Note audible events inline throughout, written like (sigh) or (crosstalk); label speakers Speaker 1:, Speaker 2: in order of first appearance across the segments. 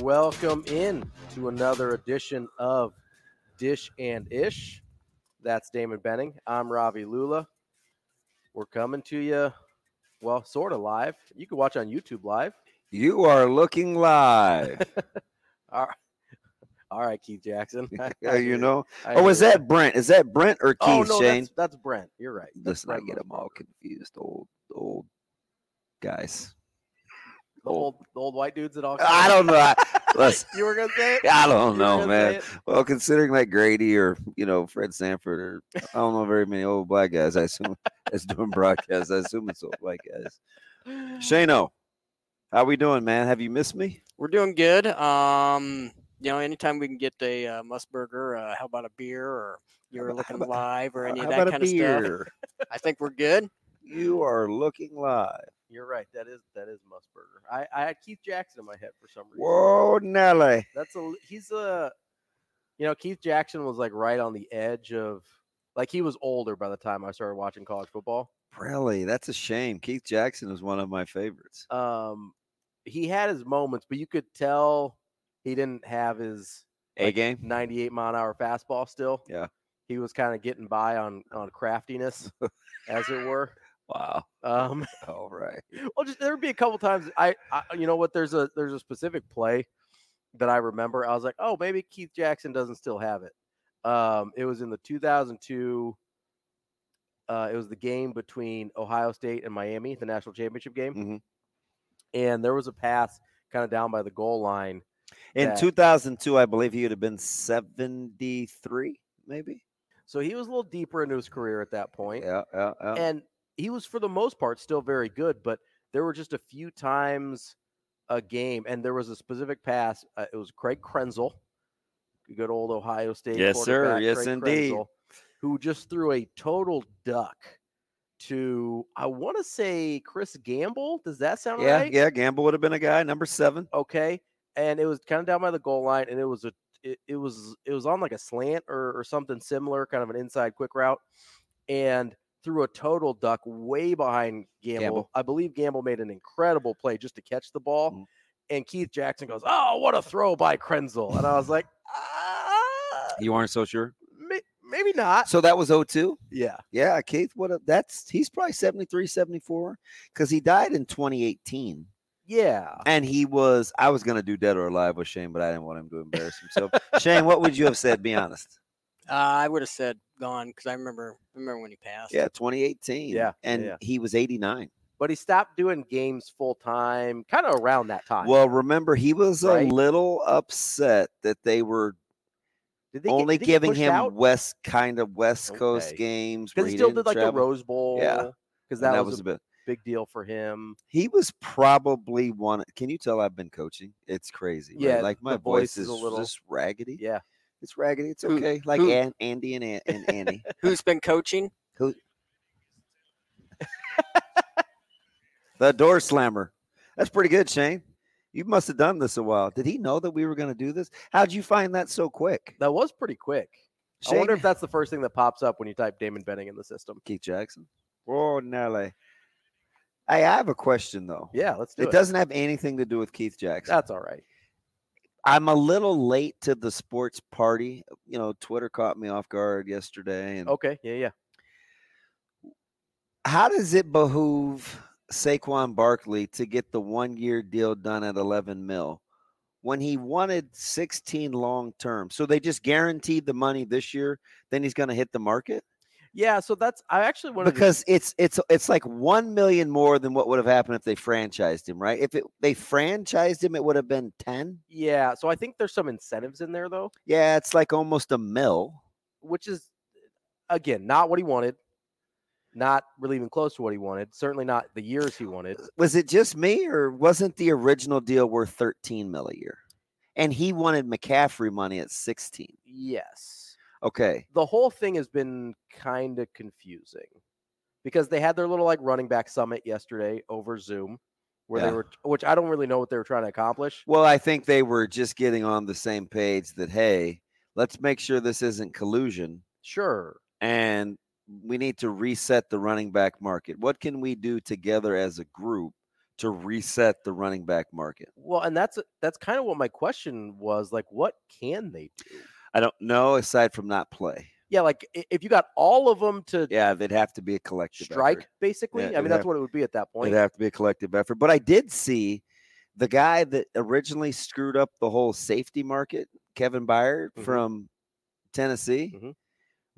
Speaker 1: Welcome in to another edition of Dish and Ish. That's Damon Benning. I'm Ravi Lula. We're coming to you, well, sort of live. You can watch on YouTube live.
Speaker 2: You are looking (laughs) live.
Speaker 1: All right, (laughs) all right Keith
Speaker 2: (laughs)
Speaker 1: Jackson. I- I
Speaker 2: you
Speaker 1: hear-
Speaker 2: know.
Speaker 1: I
Speaker 2: Oh, is
Speaker 1: hear you.
Speaker 2: that Brent? Is that Brent or Keith
Speaker 1: Oh no,
Speaker 2: Shane?
Speaker 1: that's, that's Brent. You're right. That's
Speaker 2: Listen, I
Speaker 1: Brent
Speaker 2: get them all confused. Old old (laughs) guys.
Speaker 1: Musburger. The old, the old white dudes at all.
Speaker 2: Oh. I don't know. I, (laughs) listen,
Speaker 1: You were gonna say it.
Speaker 2: I
Speaker 1: You
Speaker 2: don't
Speaker 1: were
Speaker 2: know,
Speaker 1: gonna
Speaker 2: man.
Speaker 1: say it?
Speaker 2: Well, considering like Grady or you know Fred Sanford or I don't know very many old black guys. I assume that's doing broadcasts. I assume it's old black guys. Shano, how we doing, man? Have you missed me?
Speaker 3: We're doing good. Um, you know, anytime we can get a uh, Musburger, uh, how about a beer or you were
Speaker 2: about-
Speaker 3: looking
Speaker 2: how about-
Speaker 3: live or any
Speaker 2: how
Speaker 3: of
Speaker 2: about
Speaker 3: that
Speaker 2: a
Speaker 3: kind of stuff.
Speaker 2: beer?
Speaker 3: I think we're good.
Speaker 2: You are looking live.
Speaker 1: You're right. That is that is Musburger. I I had Keith Jackson in my head for some reason.
Speaker 2: Whoa, Nelly.
Speaker 1: That's a he's a you know Keith Jackson was like right on the edge of like he was older by the time I started watching college football.
Speaker 2: Really, that's a shame. Keith Jackson is one of my favorites.
Speaker 1: Um, he had his moments, but you could tell he didn't have his
Speaker 2: A game.
Speaker 1: 98 mile an hour fastball still.
Speaker 2: Yeah.
Speaker 1: He was kind of getting by on on
Speaker 2: (laughs)
Speaker 1: craftiness, as it were.
Speaker 2: Wow.
Speaker 1: Um,
Speaker 2: (laughs) All right.
Speaker 1: well, just there'd be a couple times I, I, you know what? There's a there's a specific play that I remember. I was like, oh, maybe Keith Jackson doesn't still have it. Um, it was in the 2002. Uh, it was the game between Ohio State and Miami, the national championship game,
Speaker 2: Mhm.
Speaker 1: and there was a pass kind of down by the goal line.
Speaker 2: In
Speaker 1: that-
Speaker 2: 2002, I believe he would have been 73, maybe.
Speaker 1: So he was a little deeper into his career at that point.
Speaker 2: Yeah, yeah, yeah.
Speaker 1: and he was for the most part still very good but there were just a few times a game and there was a specific pass uh, it was craig krenzel good old ohio state
Speaker 2: Yes, sir.
Speaker 1: quarterback,
Speaker 2: Yes,
Speaker 1: Craig
Speaker 2: indeed.
Speaker 1: Krenzel, who just threw a total duck to i want to say chris gamble does that sound
Speaker 2: yeah,
Speaker 1: right
Speaker 2: yeah. Gamble would have been a guy, number seven.
Speaker 1: okay and it was kind of down by the goal line and it was a it, it was it was on like a slant or, or something similar kind of an inside quick route and threw a total duck way behind gamble.
Speaker 2: Gamble.
Speaker 1: i believe gamble made an incredible play just to catch the ball
Speaker 2: Mhm.
Speaker 1: and keith jackson goes oh what a throw by krenzel and i was like ah,
Speaker 2: You are not so sure.
Speaker 1: may, maybe not
Speaker 2: So that was 02.
Speaker 1: yeah
Speaker 2: Yeah, Keith would have. That's he's probably 73, 74 because he died in 2018.
Speaker 1: yeah
Speaker 2: And he was, I was going to do dead or alive with Shane, but I didn't want him to embarrass himself. Shane, what would you have said? Be honest.
Speaker 3: Uh, I would have said gone because I remember remember when he passed.
Speaker 2: Yeah, 2018.
Speaker 1: Yeah, yeah,
Speaker 2: And
Speaker 1: yeah.
Speaker 2: he was 89.
Speaker 1: but he stopped doing games full time kind of around that time
Speaker 2: Well, remember, he was
Speaker 1: Right.
Speaker 2: a little upset that they were
Speaker 1: did they get-
Speaker 2: only
Speaker 1: did he get
Speaker 2: giving
Speaker 1: pushed
Speaker 2: him
Speaker 1: out?
Speaker 2: West kind of West Coast
Speaker 1: Okay.
Speaker 2: games. where
Speaker 1: because he still
Speaker 2: didn't
Speaker 1: did like the
Speaker 2: travel,
Speaker 1: Rose Bowl. because
Speaker 2: and
Speaker 1: that, was,
Speaker 2: a
Speaker 1: a
Speaker 2: bit.
Speaker 1: big deal for him.
Speaker 2: He was probably one. Can you tell I've been coaching? It's crazy. right?
Speaker 1: Yeah,
Speaker 2: like
Speaker 1: the
Speaker 2: my
Speaker 1: voice
Speaker 2: voice,
Speaker 1: is
Speaker 2: is,
Speaker 1: a little-
Speaker 2: just raggedy.
Speaker 1: Yeah,
Speaker 2: It's raggedy. It's
Speaker 3: Who-
Speaker 2: okay. Like
Speaker 3: who-
Speaker 2: An- Andy and, An- and
Speaker 1: (laughs)
Speaker 2: Annie.
Speaker 3: (laughs) Who's been coaching?
Speaker 2: the door slammer. That's pretty good, Shane. You must have done this a while. Did he know that we were going to do this? How'd you find that so quick?
Speaker 1: that was pretty quick. I wonder if that's the first thing that pops up when you type Damon Benning in the system.
Speaker 2: Keith Jackson. Oh, Nelly. Hey, I have a question though.
Speaker 1: Yeah, let's do
Speaker 2: it,
Speaker 1: it.
Speaker 2: doesn't have anything to do with Keith Jackson.
Speaker 1: That's all right.
Speaker 2: I'm a little late to the sports party. You know, Twitter caught me off guard yesterday. And
Speaker 1: Okay. Yeah, yeah.
Speaker 2: how does it behoove Saquon Barkley to get the one year deal done at 11 mil when he wanted 16 long term? So they just guaranteed the money this year, then he's going to hit the market?
Speaker 1: Yeah. So that's I actually wanted to-
Speaker 2: because it's it's it's like one million more than what would have happened if they franchised him, right? If it, they franchised him, it would have been ten.
Speaker 1: yeah. So I think there's some incentives in there though,
Speaker 2: Yeah, it's like almost a mill.
Speaker 1: which is again not what he wanted, not really even close to what he wanted. Certainly not the years he wanted.
Speaker 2: Was it just me, or wasn't the original deal worth thirteen mil a year? And he wanted McCaffrey money at sixteen.
Speaker 1: Yes.
Speaker 2: Okay,
Speaker 1: the whole thing has been kind of confusing because they had their little like running back summit yesterday over Zoom where
Speaker 2: Yeah.
Speaker 1: they were which I don't really know what they were trying to accomplish.
Speaker 2: well, I think they were just getting on the same page that hey, let's make sure this isn't collusion.
Speaker 1: Sure.
Speaker 2: and we need to reset the running back market. What can we do together as a group to reset the running back market?
Speaker 1: Well, and that's that's kind of what my question was. Like, what can they do?
Speaker 2: I don't know, aside from not play.
Speaker 1: Yeah, like i- if you got all of them to
Speaker 2: Yeah, they'd have to be a collective
Speaker 1: strike,
Speaker 2: effort.
Speaker 1: basically.
Speaker 2: Yeah,
Speaker 1: I mean,
Speaker 2: it'd
Speaker 1: that's
Speaker 2: have-
Speaker 1: what it would be at that point.
Speaker 2: It'd have to be a collective effort. But I did see the guy that originally screwed up the whole safety market, Kevin Byard
Speaker 1: Mhm.
Speaker 2: from Tennessee,
Speaker 1: Mhm.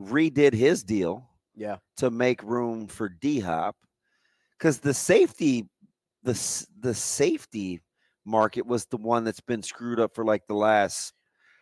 Speaker 2: redid his deal.
Speaker 1: yeah.
Speaker 2: to make room for D Hop because the safety, the s- the safety market was the one that's been screwed up for like the last.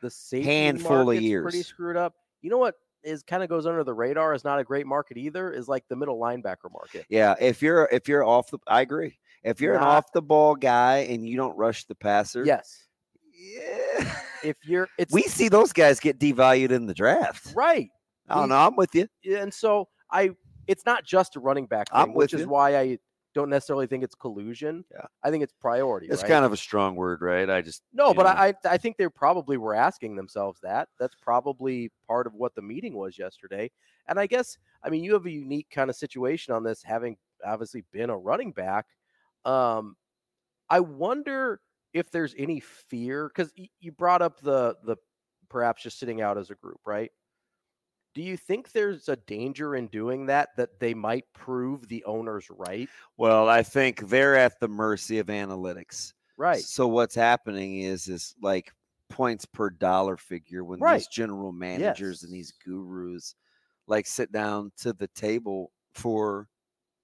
Speaker 1: The safety
Speaker 2: Handful of
Speaker 1: market's pretty
Speaker 2: years.
Speaker 1: screwed up. You know what is kind of goes under the radar is not a great market either. Is like the middle linebacker market.
Speaker 2: Yeah, if you're if you're off the, I agree. If you're an
Speaker 1: Not-
Speaker 2: off the ball guy and you don't rush the passer,
Speaker 1: Yes.
Speaker 2: yeah.
Speaker 1: If you're, it's
Speaker 2: (laughs) we see those guys get devalued in the draft.
Speaker 1: right.
Speaker 2: I
Speaker 1: we-
Speaker 2: don't know. I'm with you.
Speaker 1: Yeah, and so I it's not just a running back thing,
Speaker 2: I'm
Speaker 1: which
Speaker 2: with
Speaker 1: is
Speaker 2: you.
Speaker 1: why I don't necessarily think it's collusion.
Speaker 2: Yeah.
Speaker 1: I think it's priority.
Speaker 2: It's
Speaker 1: right?
Speaker 2: kind of a strong word, right? I just
Speaker 1: no,
Speaker 2: you
Speaker 1: but
Speaker 2: know.
Speaker 1: I I I think they probably were asking themselves that. That's probably part of what the meeting was yesterday. And I guess I mean you have a unique kind of situation on this, having obviously been a running back. Um, I wonder if there's any fear because you brought up the the perhaps just sitting out as a group, right? Do you think there's a danger in doing that that they might prove the owners right?
Speaker 2: well, I think they're at the mercy of analytics.
Speaker 1: Right.
Speaker 2: So what's happening is is like points per dollar figure when these
Speaker 1: Right.
Speaker 2: general managers and these gurus like sit down to the table for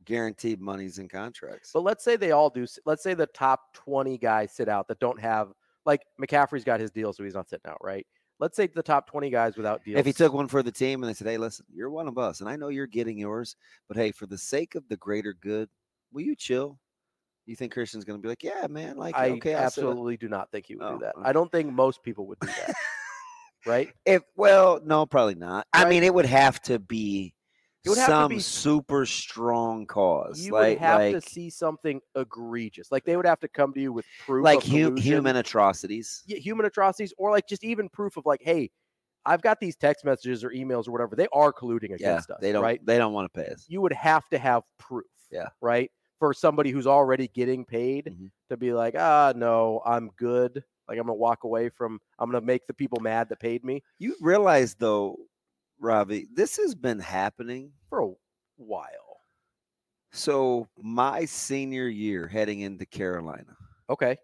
Speaker 2: guaranteed monies and contracts.
Speaker 1: But let's say they all do. s- Let's say the top 20 guys sit out that don't have, like McCaffrey's got his deal, so he's not sitting out, right? Let's say the top 20 guys without deals.
Speaker 2: if he took one for the team and they said, "Hey, listen, you're one of us, and I know you're getting yours, but hey, for the sake of the greater good, will you chill?" You think Christian's going to be like, "Yeah, man, like
Speaker 1: I
Speaker 2: okay, I'll sit out."
Speaker 1: absolutely do not think he would
Speaker 2: Oh,
Speaker 1: do that.
Speaker 2: okay.
Speaker 1: I don't think most people would do
Speaker 2: (laughs)
Speaker 1: that. right?
Speaker 2: If well, no, probably not. I
Speaker 1: Right.
Speaker 2: mean, it would have to be
Speaker 1: It would have to
Speaker 2: some
Speaker 1: be-
Speaker 2: super strong cause,
Speaker 1: You would
Speaker 2: like
Speaker 1: have
Speaker 2: like
Speaker 1: to see something egregious. Like they would have to come to you with proof
Speaker 2: like
Speaker 1: of
Speaker 2: hu-
Speaker 1: collusion,
Speaker 2: human atrocities.
Speaker 1: yeah, human atrocities, or like just even proof of like, hey, I've got these text messages or emails or whatever. They are colluding
Speaker 2: Yeah,
Speaker 1: against us.
Speaker 2: they don't
Speaker 1: Right?
Speaker 2: they don't want to pay us.
Speaker 1: you would have to have proof.
Speaker 2: Yeah.
Speaker 1: Right. For somebody who's already getting paid
Speaker 2: Mhm.
Speaker 1: to be like, ah, no, I'm good. Like I'm gonna walk away from. I'm gonna make the people mad that paid me
Speaker 2: You realize though, Ravi, this has been happening.
Speaker 1: for a while.
Speaker 2: So my senior year, heading into Carolina,
Speaker 1: Okay.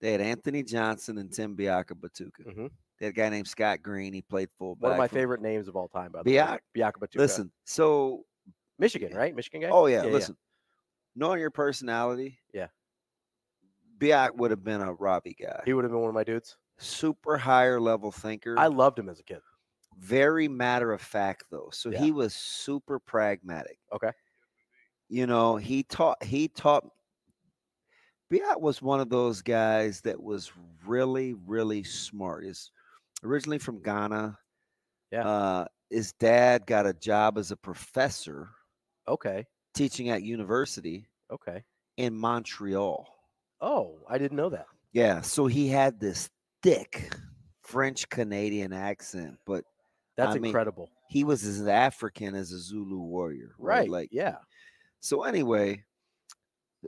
Speaker 2: they had Anthony Johnson and Tim Biaka Batuka.
Speaker 1: Mhm.
Speaker 2: They had a guy named Scott Green. He played fullback.
Speaker 1: One of my
Speaker 2: for-
Speaker 1: favorite names of all time, by the way.
Speaker 2: Biak-
Speaker 1: Biakabatuka.
Speaker 2: Listen, so
Speaker 1: Michigan, right? Michigan guy.
Speaker 2: Oh
Speaker 1: Eh,
Speaker 2: yeah,
Speaker 1: Yeah, yeah.
Speaker 2: listen. Knowing your personality,
Speaker 1: Yeah.
Speaker 2: Biak would have been a Robbie guy.
Speaker 1: He would have been one of my dudes.
Speaker 2: Super higher level thinker.
Speaker 1: I loved him as a kid.
Speaker 2: very matter of fact though. So
Speaker 1: Yeah.
Speaker 2: he was super pragmatic.
Speaker 1: Okay.
Speaker 2: You know, he taught he taught Biak was one of those guys that was really, really smart. Is originally from Ghana.
Speaker 1: Yeah.
Speaker 2: Uh, his dad got a job as a professor
Speaker 1: Okay.
Speaker 2: teaching at university
Speaker 1: Okay.
Speaker 2: in Montreal.
Speaker 1: Oh, I didn't know that.
Speaker 2: Yeah, so he had this thick French Canadian accent, but
Speaker 1: That's
Speaker 2: I mean,
Speaker 1: incredible.
Speaker 2: he was as African as a Zulu warrior, right?
Speaker 1: Right.
Speaker 2: Like,
Speaker 1: yeah.
Speaker 2: so anyway,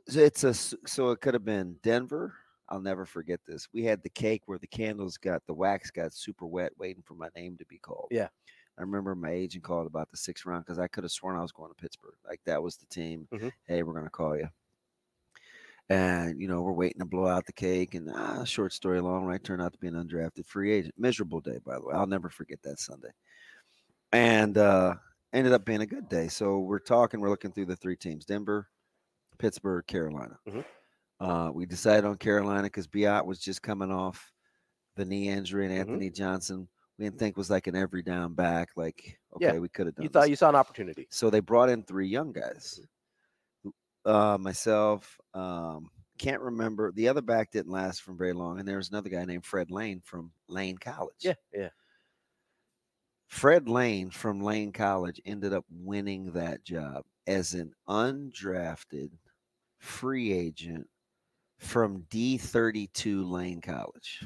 Speaker 2: so it's a s- so it could have been Denver. I'll never forget this. We had the cake where the candles got the wax got super wet, waiting for my name to be called.
Speaker 1: Yeah.
Speaker 2: I remember my agent called about the sixth round because I could have sworn I was going to Pittsburgh. Like that was the team.
Speaker 1: Mhm.
Speaker 2: Hey, we're gonna call you. And you know we're waiting to blow out the cake. And ah, short story long, right? Turned out to be an undrafted free agent. Miserable day, by the way. I'll never forget that Sunday. And uh ended up being a good day. So we're talking, we're looking through the three teams: Denver, Pittsburgh, Carolina.
Speaker 1: Mhm.
Speaker 2: Uh, we decided on Carolina because Biot was just coming off the knee injury, and
Speaker 1: Mhm.
Speaker 2: Anthony Johnson we didn't think was like an every down back. Like, okay,
Speaker 1: Yeah,
Speaker 2: we could have done.
Speaker 1: You thought
Speaker 2: this.
Speaker 1: you saw an opportunity.
Speaker 2: so they brought in three young guys. Uh, myself, um, can't remember. The other back didn't last from very long, and there was another guy named Fred Lane from Lane College.
Speaker 1: Yeah. Yeah.
Speaker 2: Fred Lane from Lane College ended up winning that job as an undrafted free agent from D32 Lane College.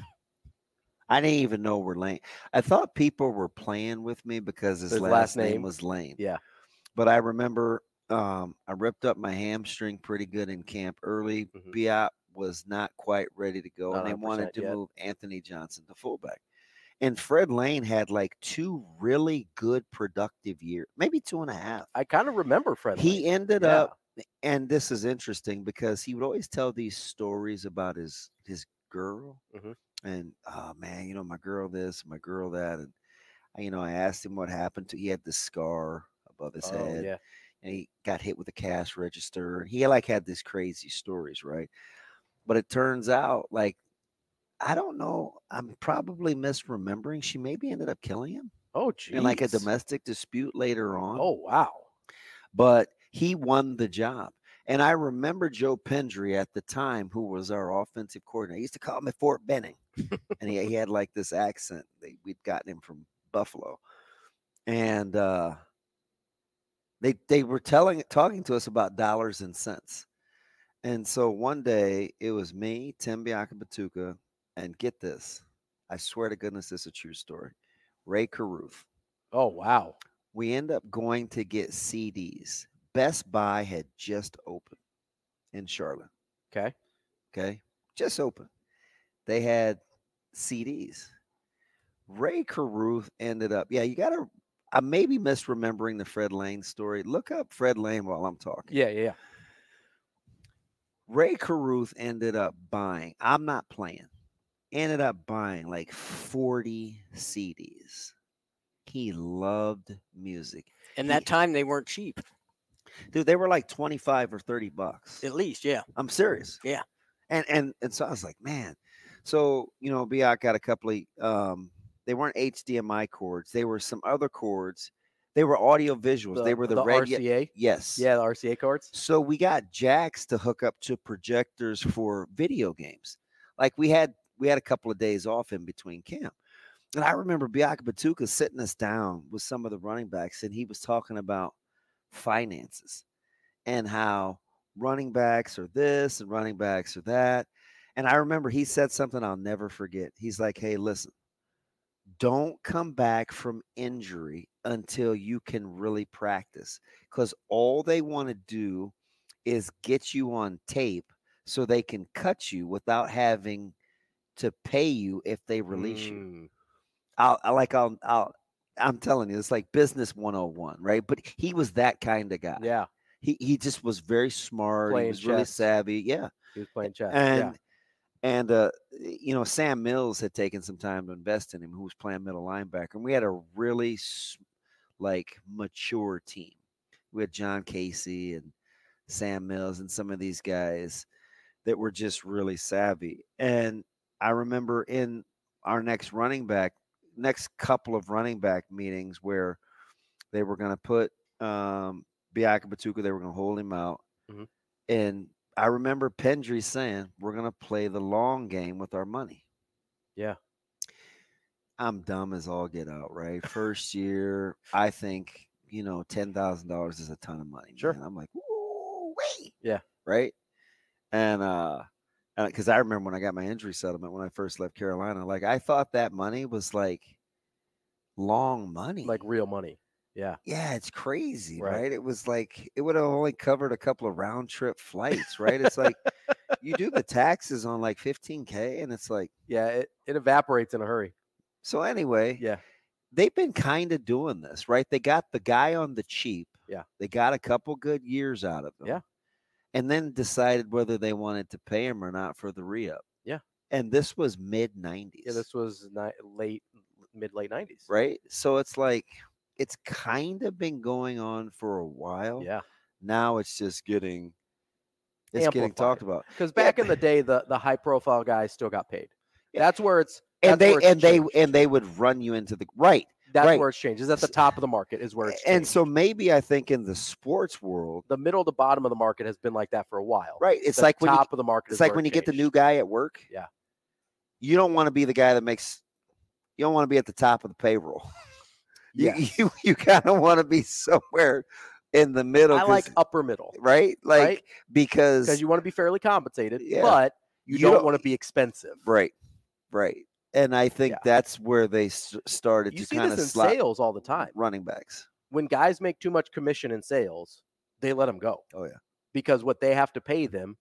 Speaker 2: I didn't even know where Lane. I thought people were playing with me because his,
Speaker 1: His
Speaker 2: last,
Speaker 1: last
Speaker 2: name.
Speaker 1: name?
Speaker 2: was Lane.
Speaker 1: Yeah.
Speaker 2: But I remember um, I ripped up my hamstring pretty good in camp early.
Speaker 1: Mhm.
Speaker 2: Biop was not quite ready to go,
Speaker 1: Not
Speaker 2: and they wanted
Speaker 1: 100%
Speaker 2: to
Speaker 1: yet.
Speaker 2: move Anthony Johnson to fullback. And Fred Lane had like two really good productive years, maybe two and a half.
Speaker 1: I kind of remember Fred.
Speaker 2: He
Speaker 1: Lane.
Speaker 2: ended
Speaker 1: Yeah.
Speaker 2: up, and this is interesting because he would always tell these stories about his his girl,
Speaker 1: Mhm.
Speaker 2: and oh man, you know my girl this, my girl that, and I- you know I asked him what happened to. He had the scar above his
Speaker 1: Oh,
Speaker 2: head,
Speaker 1: yeah.
Speaker 2: and he got hit with a cash register. He like had these crazy stories, right? But it turns out, like, I don't know. I'm probably misremembering. She maybe ended up killing him
Speaker 1: Oh, geez.
Speaker 2: in like a domestic dispute later on
Speaker 1: Oh, wow.
Speaker 2: but he won the job. And I remember Joe Pendry at the time, who was our offensive coordinator. He used to call me Fort Benning, and he, he had like this accent. They, we'd gotten him from Buffalo, and uh, they they were telling talking to us about dollars and cents. And so one day it was me, Tim Biakabatuka, and get this, I swear to goodness, this is a true story. Ray Caruth
Speaker 1: Oh, wow.
Speaker 2: we end up going to get CDs. Best Buy had just opened in Charlotte.
Speaker 1: Okay.
Speaker 2: Okay. Just open. They had CDs. Ray Caruth ended up, yeah, you got to, I may be misremembering the Fred Lane story. Look up Fred Lane while I'm talking.
Speaker 1: Yeah, yeah, yeah.
Speaker 2: Ray Caruth ended up buying, I'm not playing, ended up buying like 40 CDs. He loved music.
Speaker 3: In that time, they weren't cheap.
Speaker 2: dude they were like 25 or 30 bucks
Speaker 3: At least, yeah.
Speaker 2: i'm serious
Speaker 3: Yeah.
Speaker 2: and and and so i was like man so you know biak got a couple of um they weren't hdmi cords they were some other cords they were audio visuals they were the, red ye-
Speaker 1: RCA.
Speaker 2: yes
Speaker 1: Yeah, the RCA cards.
Speaker 2: so we got jacks to hook up to projectors for video games. Like we had we had a couple of days off in between camp. And I remember Biak Batuka sitting us down with some of the running backs, and he was talking about finances and how running backs are this and running backs are that. And I remember he said something I'll never forget. He's like, Hey, listen, don't come back from injury until you can really practice because all they want to do is get you on tape so they can cut you without having to pay you if they release you.
Speaker 1: Mm.
Speaker 2: I'll, I like I'll I'll I'm telling you, it's like business 101, right? But he was that kind of guy.
Speaker 1: Yeah,
Speaker 2: He he just was very smart. he
Speaker 1: Playing
Speaker 2: was really
Speaker 1: chess.
Speaker 2: savvy. Yeah.
Speaker 1: he was playing chess.
Speaker 2: And
Speaker 1: yeah.
Speaker 2: and uh you know, Sam Mills had taken some time to invest in him, who was playing middle linebacker, and we had a really s- like mature team. We had John Casey and Sam Mills and some of these guys that were just really savvy. And I remember in our next running back, next couple of running back meetings where they were going to put um, Biaka Batuka, they were going to hold him out.
Speaker 1: Mhm.
Speaker 2: And I remember Pendry saying, We're going to play the long game with our money.
Speaker 1: Yeah.
Speaker 2: I'm dumb as all get
Speaker 1: (laughs)
Speaker 2: out, right? First year, I think, you know, $10,000 is a ton of money.
Speaker 1: Sure.
Speaker 2: man. I'm like, Ooh, wait.
Speaker 1: Yeah.
Speaker 2: Right. And, uh, because I remember when I got my injury settlement when I first left Carolina, like I thought that money was like long money.
Speaker 1: like real money. Yeah.
Speaker 2: yeah, it's crazy, right.
Speaker 1: Right.
Speaker 2: It was like it would have only covered a couple of round trip flights, right? It's like you
Speaker 1: (laughs)
Speaker 2: do the taxes on like 15k, and it's like
Speaker 1: Yeah, it, it evaporates in a hurry.
Speaker 2: so. Anyway,
Speaker 1: Yeah.
Speaker 2: they've been kind of doing this, right? They got the guy on the cheap.
Speaker 1: Yeah.
Speaker 2: They got a couple good years out of him.
Speaker 1: Yeah.
Speaker 2: And then decided whether they wanted to pay him or not for the re up.
Speaker 1: Yeah.
Speaker 2: And this was mid 90s.
Speaker 1: Yeah, this was ni- late, mid late 90s.
Speaker 2: right? So it's like, it's kind of been going on for a while.
Speaker 1: Yeah.
Speaker 2: Now it's just getting, it's getting
Speaker 1: Amplified.
Speaker 2: talked about.
Speaker 1: Because
Speaker 2: Yeah,
Speaker 1: back in
Speaker 2: but-
Speaker 1: the day, the, the high profile guys still got paid.
Speaker 2: Yeah.
Speaker 1: That's where it's.
Speaker 2: And
Speaker 1: That's where it's
Speaker 2: they, and they,
Speaker 1: changed.
Speaker 2: and they would run you into the right.
Speaker 1: That's
Speaker 2: right.
Speaker 1: where it's changed. Is at the
Speaker 2: S-
Speaker 1: top of the market is where it's.
Speaker 2: And
Speaker 1: changed.
Speaker 2: so maybe I think in the sports world,
Speaker 1: the middle to bottom of the market has been like that for a while.
Speaker 2: right? It's
Speaker 1: The
Speaker 2: like when you,
Speaker 1: top of the market.
Speaker 2: It's
Speaker 1: is
Speaker 2: like
Speaker 1: where
Speaker 2: when
Speaker 1: it
Speaker 2: you get the
Speaker 1: changed.
Speaker 2: new guy at work.
Speaker 1: Yeah.
Speaker 2: You don't want to be the guy that makes you don't want to be at the top of the payroll. (laughs) You-
Speaker 1: Yeah.
Speaker 2: You you, kind of want to be somewhere in the middle.
Speaker 1: I
Speaker 2: 'cause-
Speaker 1: like upper middle
Speaker 2: right? Like
Speaker 1: right?
Speaker 2: because
Speaker 1: because you want to be fairly compensated,
Speaker 2: Yeah.
Speaker 1: but you,
Speaker 2: You
Speaker 1: don't,
Speaker 2: don't-
Speaker 1: want to be expensive.
Speaker 2: right, right. and I think
Speaker 1: Yeah.
Speaker 2: that's where they s- started
Speaker 1: You
Speaker 2: to
Speaker 1: see
Speaker 2: kind
Speaker 1: this
Speaker 2: of
Speaker 1: in
Speaker 2: slide
Speaker 1: sales all the time.
Speaker 2: running backs.
Speaker 1: When guys make too much commission in sales, they let them go.
Speaker 2: Oh, yeah.
Speaker 1: Because what they have to pay them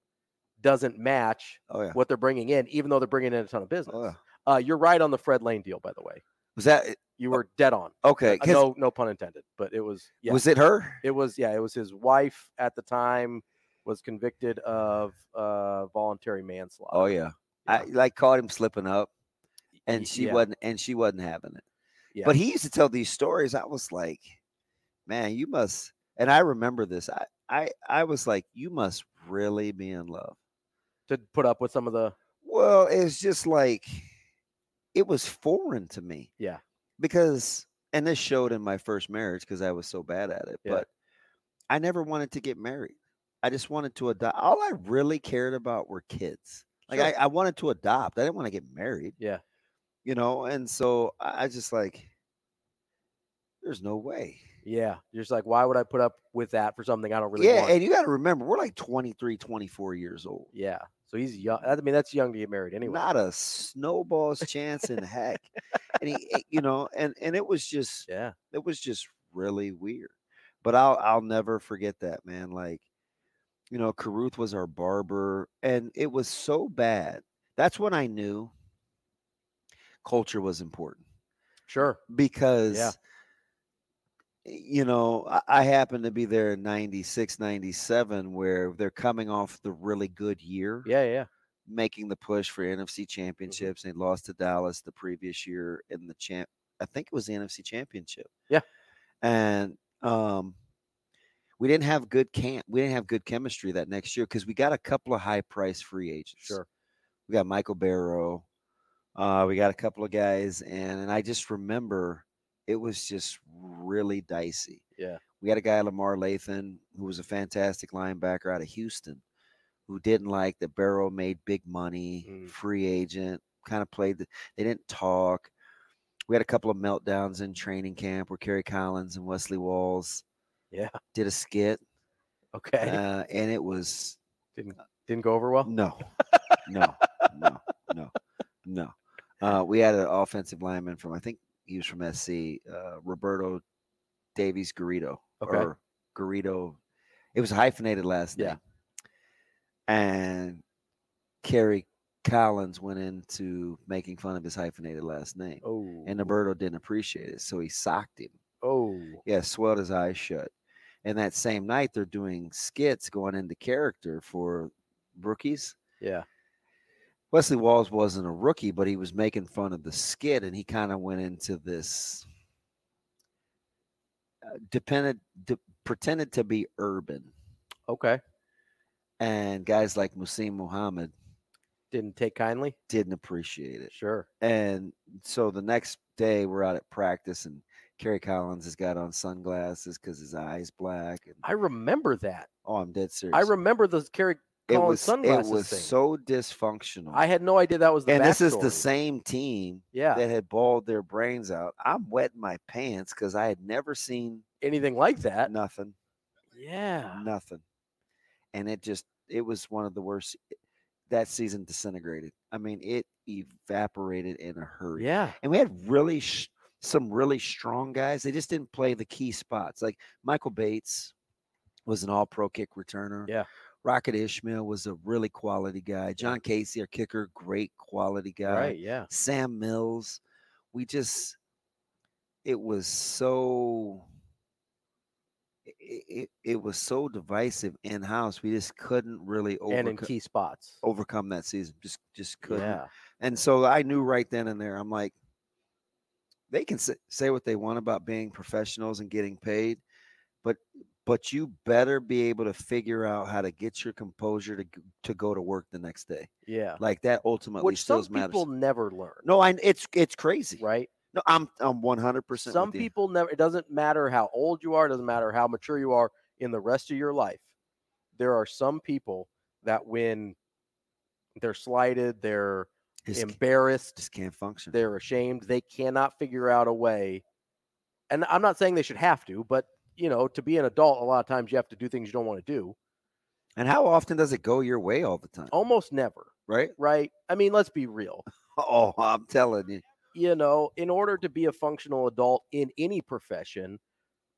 Speaker 1: doesn't match
Speaker 2: Oh yeah,
Speaker 1: what they're bringing in, even though they're bringing in a ton of business.
Speaker 2: oh yeah.
Speaker 1: Uh, you're right on the Fred Lane deal, by the way.
Speaker 2: Was that
Speaker 1: You were dead on.
Speaker 2: okay?
Speaker 1: Uh,
Speaker 2: 'cause-
Speaker 1: no, no pun intended, but it was. Yeah,
Speaker 2: Was it her?
Speaker 1: it was. Yeah, it was his wife at the time was convicted of uh, voluntary manslaughter.
Speaker 2: Oh yeah. I like caught him slipping up, and she
Speaker 1: yeah.
Speaker 2: wasn't, and she wasn't having it.
Speaker 1: Yeah.
Speaker 2: But he used to tell these stories. I was like, man, you must. And I remember this. I, I, I was like, you must really be in love.
Speaker 1: to put up with some of the
Speaker 2: Well, it's just like, it was foreign to me.
Speaker 1: Yeah.
Speaker 2: Because, and this showed in my first marriage because I was so bad at it.
Speaker 1: Yeah.
Speaker 2: But I never wanted to get married. I just wanted to adopt. All I really cared about were kids. Like
Speaker 1: Sure.
Speaker 2: I, I wanted to adopt. I didn't want to get married.
Speaker 1: Yeah.
Speaker 2: You know, and so I I just like, there's no way.
Speaker 1: yeah. You're just like, why would I put up with that for something I don't really
Speaker 2: yeah.
Speaker 1: want?
Speaker 2: And you got to remember, we're like 23, 24 years old.
Speaker 1: yeah. So he's young. I mean, that's young to get married anyway.
Speaker 2: Not a snowball's chance in heck. And he, it- you know, and, and it was just,
Speaker 1: yeah.
Speaker 2: it was just really weird. But I'll, I'll never forget that, man. Like, you know, Caruth was our barber and it was so bad. That's when I knew culture was important. (laughs)
Speaker 1: Sure.
Speaker 2: because eh, you know I, I happened to be there in 96 97 where they're coming off the really good year
Speaker 1: Yeah. Yeah.
Speaker 2: making the push for nfc championships they lost to dallas the previous year in the champ i think it was the nfc championship
Speaker 1: Yeah.
Speaker 2: and um we didn't have good camp we didn't have good chemistry that next year because we got a couple of high price free agents
Speaker 1: Sure.
Speaker 2: we got Michael Barrow. Uh, we got a couple of guys, and, and I just remember it was just really dicey.
Speaker 1: Yeah.
Speaker 2: we had a guy Lamar Lathan who was a fantastic linebacker out of Houston, who didn't like that Barrow made big money,
Speaker 1: Mm.
Speaker 2: free agent, kind of played. The, they didn't talk. We had a couple of meltdowns in training camp where Kerry Collins and Wesley Walls,
Speaker 1: Yeah.
Speaker 2: did
Speaker 1: (laughs)
Speaker 2: a skit,
Speaker 1: Okay.
Speaker 2: uh, and it was uh,
Speaker 1: Didn't go over well.
Speaker 2: no, no, no, no, no. Uh, we had an offensive lineman from I think he was from SC, uh, Roberto Davies Garrido
Speaker 1: Okay.
Speaker 2: or Garrido. It was a hyphenated last
Speaker 1: Yeah.
Speaker 2: name. And Kerry Collins went into making fun of his hyphenated last name,
Speaker 1: Oh.
Speaker 2: and uh, Roberto didn't appreciate it, so he socked him.
Speaker 1: oh.
Speaker 2: Yeah, swelled his eyes shut. And that same night, they're doing skits going into character for rookies.
Speaker 1: Yeah.
Speaker 2: Wesley Walls wasn't a rookie, but he was making fun of the skit, and he kind of went into this uh, depended de- pretended to be urban,
Speaker 1: Okay.
Speaker 2: and guys like Musim Muhammad
Speaker 1: Didn't take kindly.
Speaker 2: didn't appreciate it.
Speaker 1: Sure.
Speaker 2: And so the next day, we're out at practice, and Kerry Collins has got on sunglasses because his eyes black. And
Speaker 1: I remember that.
Speaker 2: oh, I'm dead serious.
Speaker 1: I remember the Kerry
Speaker 2: it
Speaker 1: Collins
Speaker 2: was
Speaker 1: sunglasses
Speaker 2: it was
Speaker 1: thing.
Speaker 2: so dysfunctional.
Speaker 1: I had no idea that was the.
Speaker 2: and this is the
Speaker 1: backstory.
Speaker 2: same team
Speaker 1: Yeah.
Speaker 2: that had balled their brains out. I'm wetting my pants because I had never seen
Speaker 1: Anything like that. Ah.
Speaker 2: nothing,
Speaker 1: Yeah.
Speaker 2: nothing, and it just it was one of the worst. eh, That season disintegrated. I mean, it evaporated in a hurry.
Speaker 1: Yeah.
Speaker 2: And we had really sh- some really strong guys. They just didn't play the key spots. Like Michael Bates was an all pro kick returner.
Speaker 1: Yeah.
Speaker 2: Rocket Ishmael was a really quality guy. John Casey, our kicker, great quality guy.
Speaker 1: Right. Yeah.
Speaker 2: Sam Mills. We just, it was so, it, it, it was so divisive in house. We just couldn't really
Speaker 1: And in
Speaker 2: overco-
Speaker 1: key spots.
Speaker 2: overcome that season. Just, just couldn't.
Speaker 1: Yeah.
Speaker 2: And so I knew right then and there, I'm like, they can sa- say what they want about being professionals and getting paid, but but you better be able to figure out how to get your composure to g- to go to work the next day.
Speaker 1: Yeah.
Speaker 2: Like that ultimately
Speaker 1: Which
Speaker 2: still
Speaker 1: some
Speaker 2: is matters.
Speaker 1: people never learn.
Speaker 2: No, I it's it's crazy.
Speaker 1: Right.
Speaker 2: No, I'm I'm 100. percent
Speaker 1: Some people never. It doesn't matter how old you are. It doesn't matter how mature you are in the rest of your life. There are some people that when they're slighted, they're
Speaker 2: just, c-
Speaker 1: embarrassed,
Speaker 2: just can't function.
Speaker 1: they're ashamed, they cannot figure out a way. And I'm not saying they should have to, but you know, to be an adult, a lot of times you have to do things you don't want to do. Oh
Speaker 2: And how often does it go your way all the time?
Speaker 1: Almost never.
Speaker 2: right? (laughs)
Speaker 1: right? I mean, let's be real.
Speaker 2: Oh, I'm telling you.
Speaker 1: You know, in order to be a functional adult in any profession,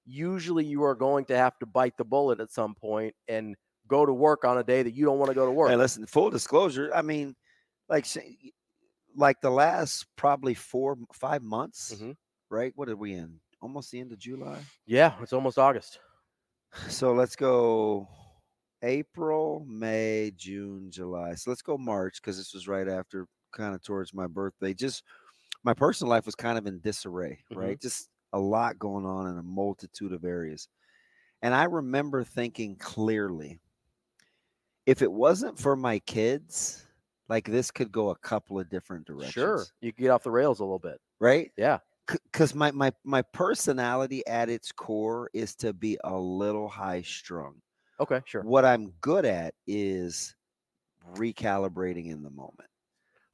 Speaker 1: usually you are going to have to bite the bullet at some point and go to work on a day that you don't want to go to work.
Speaker 2: Hey, listen, full disclosure. I mean, like, say- like the last probably four, five months,
Speaker 1: Mhm.
Speaker 2: right? What are we in? Almost the end of July.
Speaker 1: yeah, it's almost August.
Speaker 2: So let's go April, May, June, July. So let's go March because this was right after, kind of towards my birthday. Just my personal life was kind of in disarray,
Speaker 1: Mhm.
Speaker 2: right? Just a lot going on in a multitude of areas. And I remember thinking clearly if it wasn't for my kids, like this could go a couple of different directions.
Speaker 1: Sure, you can get off the rails a little bit.
Speaker 2: Right?
Speaker 1: Yeah.
Speaker 2: Because my, my, my personality at its core is to be a little high strung
Speaker 1: Okay, sure.
Speaker 2: what I'm good at is recalibrating in the moment.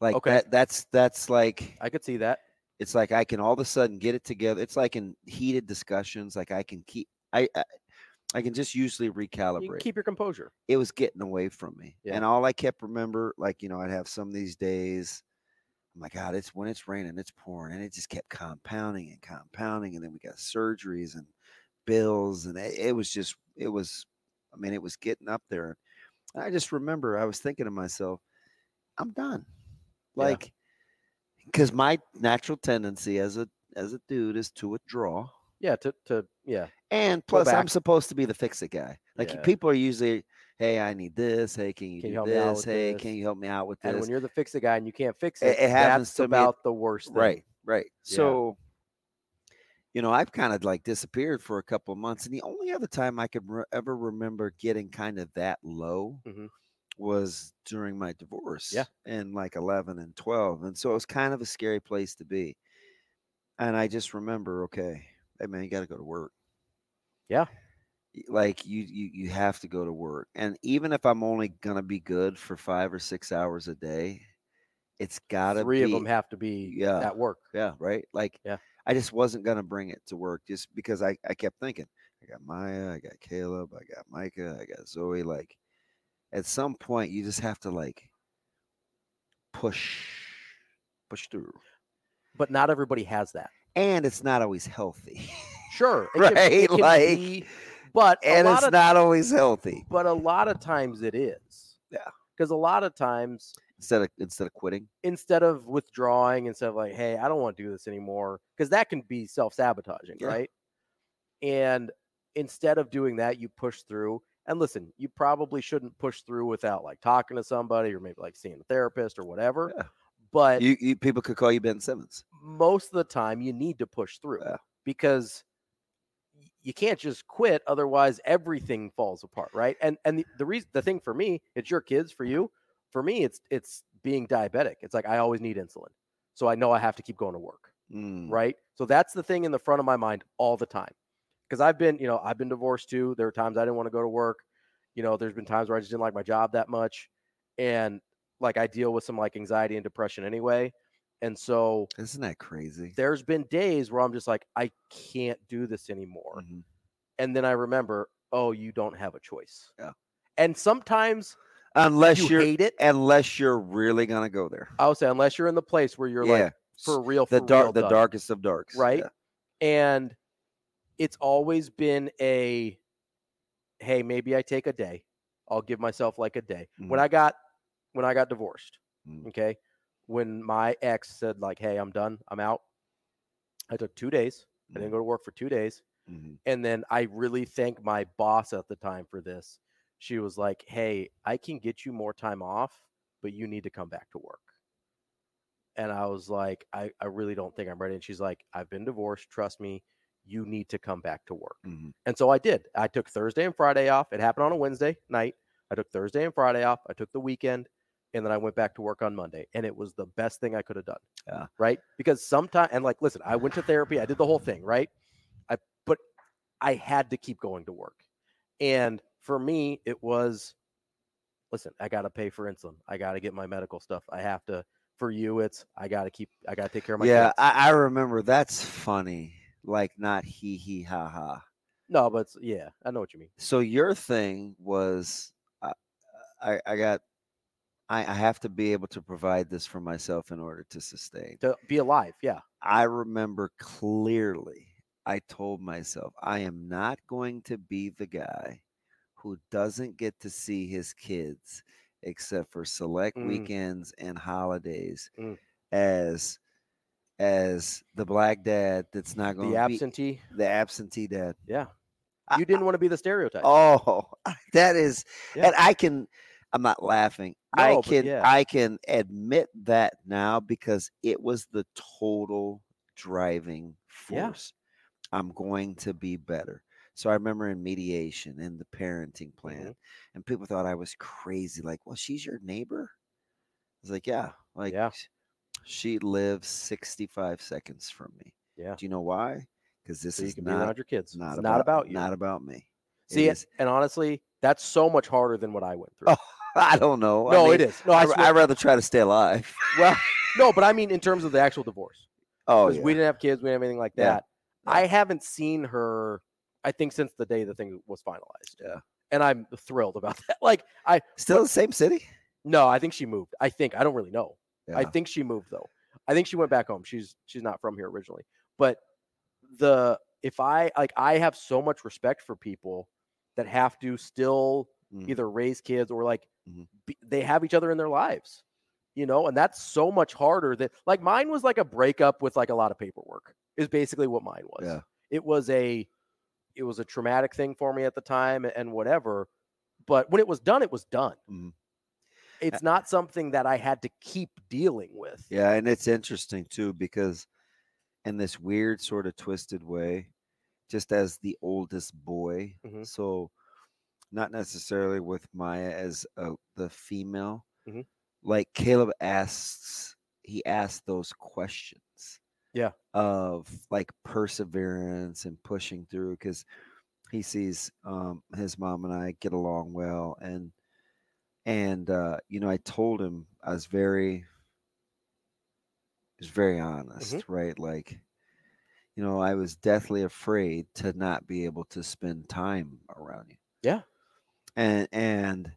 Speaker 2: Like
Speaker 1: Okay.
Speaker 2: that that's that's like
Speaker 1: I could see that.
Speaker 2: it's like I can all of a sudden get it together. It's like in heated discussions like I can keep I I, I can just usually
Speaker 1: You can
Speaker 2: recalibrate.
Speaker 1: keep your composure.
Speaker 2: it was getting away from me.
Speaker 1: Yeah.
Speaker 2: And all I kept remember like you know I'd have some of these days I'm like god it's when it's raining it's pouring and it just kept compounding and compounding and then we got surgeries and bills and it, it was just it was I mean it was getting up there and I just remember I was thinking to myself, I'm done.
Speaker 1: Yeah.
Speaker 2: Like, because my natural tendency as a as a dude is to withdraw,
Speaker 1: Yeah, to to yeah.
Speaker 2: and plus I'm
Speaker 1: back.
Speaker 2: supposed to be the fix it guy. Like
Speaker 1: Yeah.
Speaker 2: people are usually, hey, I need this. Hey, can you
Speaker 1: Can
Speaker 2: do
Speaker 1: you help me out
Speaker 2: this?
Speaker 1: with
Speaker 2: Hey,
Speaker 1: this?"
Speaker 2: can you help me out with
Speaker 1: And
Speaker 2: this?
Speaker 1: when you're the fix it guy and you can't fix
Speaker 2: It-
Speaker 1: it,
Speaker 2: it happens
Speaker 1: that's
Speaker 2: to me at-
Speaker 1: about the worst thing.
Speaker 2: Right, right.
Speaker 1: Yeah.
Speaker 2: So, you know, I've kind of like disappeared for a couple of months, and the only other time I could re- ever remember getting kind of that low
Speaker 1: Mhm.
Speaker 2: was during my divorce. in like eleven and twelve, and so it was kind of a scary place to be. And I just remember, okay, hey man, you got to go to work.
Speaker 1: Yeah.
Speaker 2: Y- Like you, you, you have to go to work, and even if I'm only gonna be good for five or six hours a day, it's gotta
Speaker 1: Three
Speaker 2: be,
Speaker 1: of them have to be
Speaker 2: yeah.
Speaker 1: at work.
Speaker 2: yeah, right. Like,
Speaker 1: Yeah.
Speaker 2: I just wasn't gonna bring it to work just because I, I kept thinking, I got Maya, I got Caleb, I got Micah, I got Zoe. Like, at some point, you just have to like push, push through,
Speaker 1: But not everybody has that.
Speaker 2: and it's not always healthy, (laughs)
Speaker 1: Sure, it can-
Speaker 2: right?
Speaker 1: it can
Speaker 2: like,
Speaker 1: be, but a
Speaker 2: and
Speaker 1: lot
Speaker 2: it's
Speaker 1: of-
Speaker 2: not always healthy.
Speaker 1: but a lot of times it is.
Speaker 2: Yeah.
Speaker 1: Because a lot of times,
Speaker 2: Instead of instead of quitting,
Speaker 1: instead of withdrawing, instead of like, hey, I don't want to do this anymore, because that can be self sabotaging,
Speaker 2: Yeah.
Speaker 1: right? And instead of doing that, you push through. And listen, you probably shouldn't push through without like talking to somebody or maybe like seeing a therapist or whatever.
Speaker 2: Yeah.
Speaker 1: But
Speaker 2: you, you people could call you Ben Simmons.
Speaker 1: most of the time you need to push through
Speaker 2: Yeah.
Speaker 1: because y- you can't just quit otherwise everything falls apart right and and the, the reason the thing for me it's your kids for you for me it's it's being diabetic it's like i always need insulin so i know i have to keep going to work
Speaker 2: Mm,
Speaker 1: right so that's the thing in the front of my mind all the time because i've been you know i've been divorced too there were times i didn't want to go to work you know there's been times where i just didn't like my job that much and like i deal with some like anxiety and depression anyway and so
Speaker 2: Isn't that crazy?
Speaker 1: there's been days where I'm just like, I can't do this anymore.
Speaker 2: Mhm.
Speaker 1: And then I remember, oh, you don't have a choice.
Speaker 2: Yeah.
Speaker 1: And sometimes
Speaker 2: Unless
Speaker 1: you
Speaker 2: you are
Speaker 1: hate it.
Speaker 2: unless you're really gonna go there.
Speaker 1: I would say, unless you're in the place where you're
Speaker 2: yeah,
Speaker 1: like for real,
Speaker 2: the
Speaker 1: for real
Speaker 2: dark, the
Speaker 1: done.
Speaker 2: darkest of darks,
Speaker 1: Right?
Speaker 2: Yeah.
Speaker 1: And it's always been a, hey, maybe I take a day. I'll give myself like a day. When
Speaker 2: Mhm.
Speaker 1: I got, when I got divorced,
Speaker 2: Mm.
Speaker 1: okay, when my ex said like, hey, I'm done, I'm out. I took two days. I didn't
Speaker 2: Mm.
Speaker 1: go to work for two days.
Speaker 2: Mhm.
Speaker 1: and then I really thank my boss at the time for this. She was like, "Hey, I can get you more time off, but you need to come back to work." And I was like, "I I really don't think I'm ready." And she's like, "I've been divorced, trust me. You need to come back to work."
Speaker 2: Mhm.
Speaker 1: And so I did. I took Thursday and Friday off. It happened on a Wednesday night. I took Thursday and Friday off. I took the weekend and then I went back to work on Monday. And it was the best thing I could have done.
Speaker 2: Yeah.
Speaker 1: Right. Because sometimes, and like, listen, I went to therapy. I did the whole thing. Right. I, but I had to keep going to work. And for me, it was, listen, I got to pay for insulin. I got to get my medical stuff. I have to, for you, it's, I got to keep, I got to take care of Oh my
Speaker 2: Yeah,
Speaker 1: kids.
Speaker 2: I, I remember. That's funny. Like not he he ha ha.
Speaker 1: no, but it's- yeah, I know what you mean.
Speaker 2: So your thing was, uh, I I got I, I have to be able to provide this for myself in order to sustain.
Speaker 1: to be alive. Yeah.
Speaker 2: I remember clearly, I told myself, I am not going to be the guy who doesn't get to see his kids except for select
Speaker 1: Mm.
Speaker 2: weekends and holidays
Speaker 1: Mm.
Speaker 2: as as the black dad that's not going
Speaker 1: The
Speaker 2: to be
Speaker 1: absentee.
Speaker 2: the absentee dad.
Speaker 1: Yeah.
Speaker 2: I-
Speaker 1: You didn't want to be the stereotype.
Speaker 2: Oh, (laughs) that is,
Speaker 1: Yeah.
Speaker 2: and I can. I'm not laughing.
Speaker 1: No,
Speaker 2: I
Speaker 1: but
Speaker 2: can
Speaker 1: yeah.
Speaker 2: I can admit that now because it was the total driving
Speaker 1: Yeah.
Speaker 2: force. I'm going to be better. So I remember in mediation and the parenting plan,
Speaker 1: Mm-hmm.
Speaker 2: and people thought I was crazy. Like, well, she's your neighbor. I was like, yeah, like
Speaker 1: Yeah.
Speaker 2: sh- she lives 65 seconds from me.
Speaker 1: Yeah.
Speaker 2: Do you know why? Because this
Speaker 1: so you
Speaker 2: is
Speaker 1: can be around
Speaker 2: not
Speaker 1: your kids.
Speaker 2: not
Speaker 1: it's
Speaker 2: about,
Speaker 1: not about you.
Speaker 2: Not about me. It
Speaker 1: See,
Speaker 2: is-
Speaker 1: and honestly, that's so much harder than what I went through.
Speaker 2: Oh, (laughs) I don't know.
Speaker 1: no,
Speaker 2: I mean,
Speaker 1: it is. No, I,
Speaker 2: I,
Speaker 1: swear-
Speaker 2: I rather try to stay alive. (laughs)
Speaker 1: well, (laughs) no, but I mean in terms of the actual divorce,
Speaker 2: Oh,
Speaker 1: because
Speaker 2: yeah.
Speaker 1: we didn't have kids, we didn't have anything like
Speaker 2: Yeah,
Speaker 1: that.
Speaker 2: yeah.
Speaker 1: I haven't seen her. I think since the day the thing was finalized.
Speaker 2: Yeah.
Speaker 1: and I'm thrilled about (laughs) that. Like, I
Speaker 2: still in the same city.
Speaker 1: no, I think she moved. I think I don't really know. I
Speaker 2: Yeah.
Speaker 1: think she moved though. I think she went back home. She's she's not from here originally. But the if I like I have so much respect for people that have to still
Speaker 2: Mm.
Speaker 1: either raise kids or like
Speaker 2: Mhm.
Speaker 1: be, they have each other in their lives. You know, and that's so much harder that like mine was like a breakup with like a lot of paperwork. Is basically what mine was.
Speaker 2: Yeah.
Speaker 1: It was a it was a traumatic thing for me at the time and whatever, but when it was done, it was done.
Speaker 2: Mhm.
Speaker 1: It's not something that I had to keep dealing with.
Speaker 2: Yeah, and it's interesting too because, in this weird sort of twisted way, just as the oldest boy,
Speaker 1: Mhm.
Speaker 2: so not necessarily with Maya as a, the female,
Speaker 1: Mhm.
Speaker 2: like Caleb asks, he asked those questions.
Speaker 1: Yeah.
Speaker 2: Of like perseverance and pushing through because he sees um, his mom and I get along well and and uh, you know I told him I was very was very honest,
Speaker 1: Mm-hmm.
Speaker 2: right? Like, you know, I was deathly afraid to not be able to spend time around you.
Speaker 1: Yeah.
Speaker 2: And and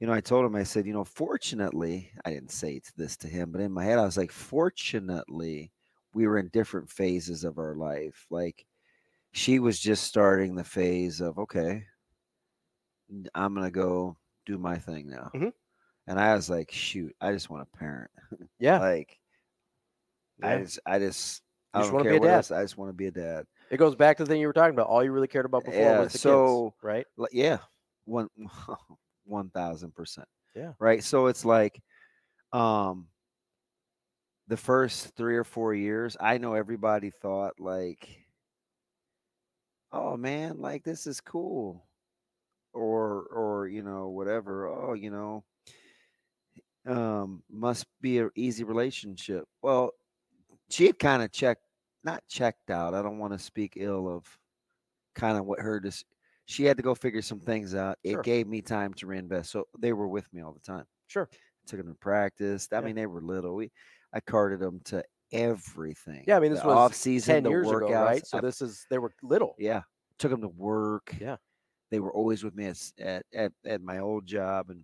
Speaker 2: you know, I told him, I said, you know, fortunately, I didn't say it's this to him, but in my head, I was like, fortunately, we were in different phases of our life. Like, she was just starting the phase of, okay, n- I'm gonna go do my thing now.
Speaker 1: Mhm.
Speaker 2: And I was like, shoot, I just want a parent.
Speaker 1: Yeah.
Speaker 2: Like, I
Speaker 1: Yeah.
Speaker 2: just, I just, I
Speaker 1: You just
Speaker 2: don't
Speaker 1: wanna be
Speaker 2: care
Speaker 1: a
Speaker 2: what
Speaker 1: dad.
Speaker 2: else. I just want to be a dad.
Speaker 1: It goes back to the thing you were talking about. All you really cared about before
Speaker 2: Yeah,
Speaker 1: was the
Speaker 2: so-
Speaker 1: kids, right?
Speaker 2: Like, yeah, one, (laughs) one thousand percent.
Speaker 1: Yeah.
Speaker 2: Right. So it's like, um, the first three or four years, I know everybody thought like, oh man, like this is cool, or or you know whatever. Oh, you know, um, must be an easy relationship. Well, she had kind of checked, not checked out. I don't want to speak ill of kind of what her dis- she had to go figure some things out. It
Speaker 1: Sure.
Speaker 2: gave me time to reinvest. So they were with me all the time.
Speaker 1: Sure.
Speaker 2: Took them to practice. I
Speaker 1: Yeah.
Speaker 2: mean, they were little. We, I carted them to everything.
Speaker 1: Yeah, I mean, this
Speaker 2: the
Speaker 1: was
Speaker 2: off season,
Speaker 1: 10
Speaker 2: the
Speaker 1: years
Speaker 2: workouts.
Speaker 1: ago, right? So
Speaker 2: I-
Speaker 1: this is, they were little.
Speaker 2: yeah, took them to work.
Speaker 1: Yeah.
Speaker 2: they were always with me at s- at at, at my old job, and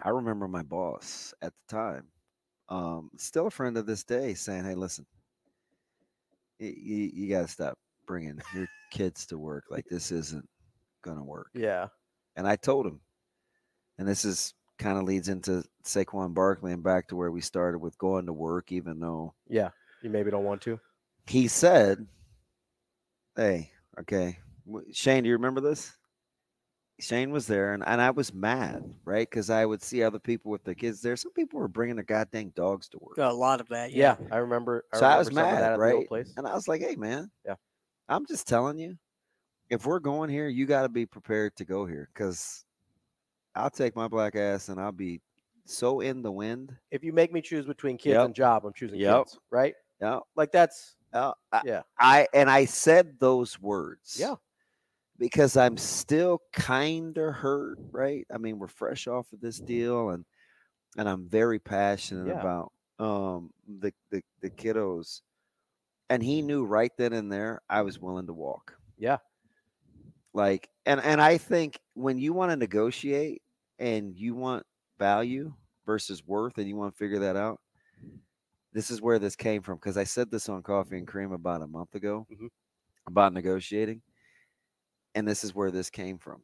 Speaker 2: I remember my boss at the time, um, still a friend of this day, saying, "Hey, listen, you, you got to stop bringing your kids to work. Like this isn't gonna work."
Speaker 1: Yeah.
Speaker 2: And I told him, and this is kind of leads into Saquon Barkley and back to where we started with going to work, even though
Speaker 1: Yeah. You maybe don't want to.
Speaker 2: he said, "Hey, okay, w- Shane, do you remember this?" Shane was there, and, and I was mad, right? Because I would see other people with their kids there. Some people were bringing their goddamn dogs to work,
Speaker 3: Got a lot of that.
Speaker 1: Yeah.
Speaker 3: Yeah.
Speaker 1: I remember. I
Speaker 2: So I was
Speaker 1: remember some of
Speaker 2: mad,
Speaker 1: that at the old
Speaker 2: right?
Speaker 1: place.
Speaker 2: and I was like, "Hey, man,
Speaker 1: Yeah.
Speaker 2: I'm just telling you, if we're going here, you got to be prepared to go here, because I'll take my black ass and I'll be so in the wind."
Speaker 1: If you make me choose between kids
Speaker 2: Yep.
Speaker 1: and job, I'm choosing
Speaker 2: Yep.
Speaker 1: kids, right?
Speaker 2: Yeah,
Speaker 1: Like that's,
Speaker 2: yeah, I-
Speaker 1: yeah.
Speaker 2: I and I said those words.
Speaker 1: Yeah.
Speaker 2: Because I'm still kind of hurt, right? I mean, we're fresh off of this deal and and I'm very passionate
Speaker 1: Yeah.
Speaker 2: about um the, the the kiddos. And he knew right then and there I was willing to walk.
Speaker 1: Yeah.
Speaker 2: Like and and I think when you want to negotiate and you want value versus worth, and you want to figure that out, this is where this came from because I said this on Coffee and Cream about a month ago
Speaker 1: Mhm.
Speaker 2: about negotiating, and this is where this came from.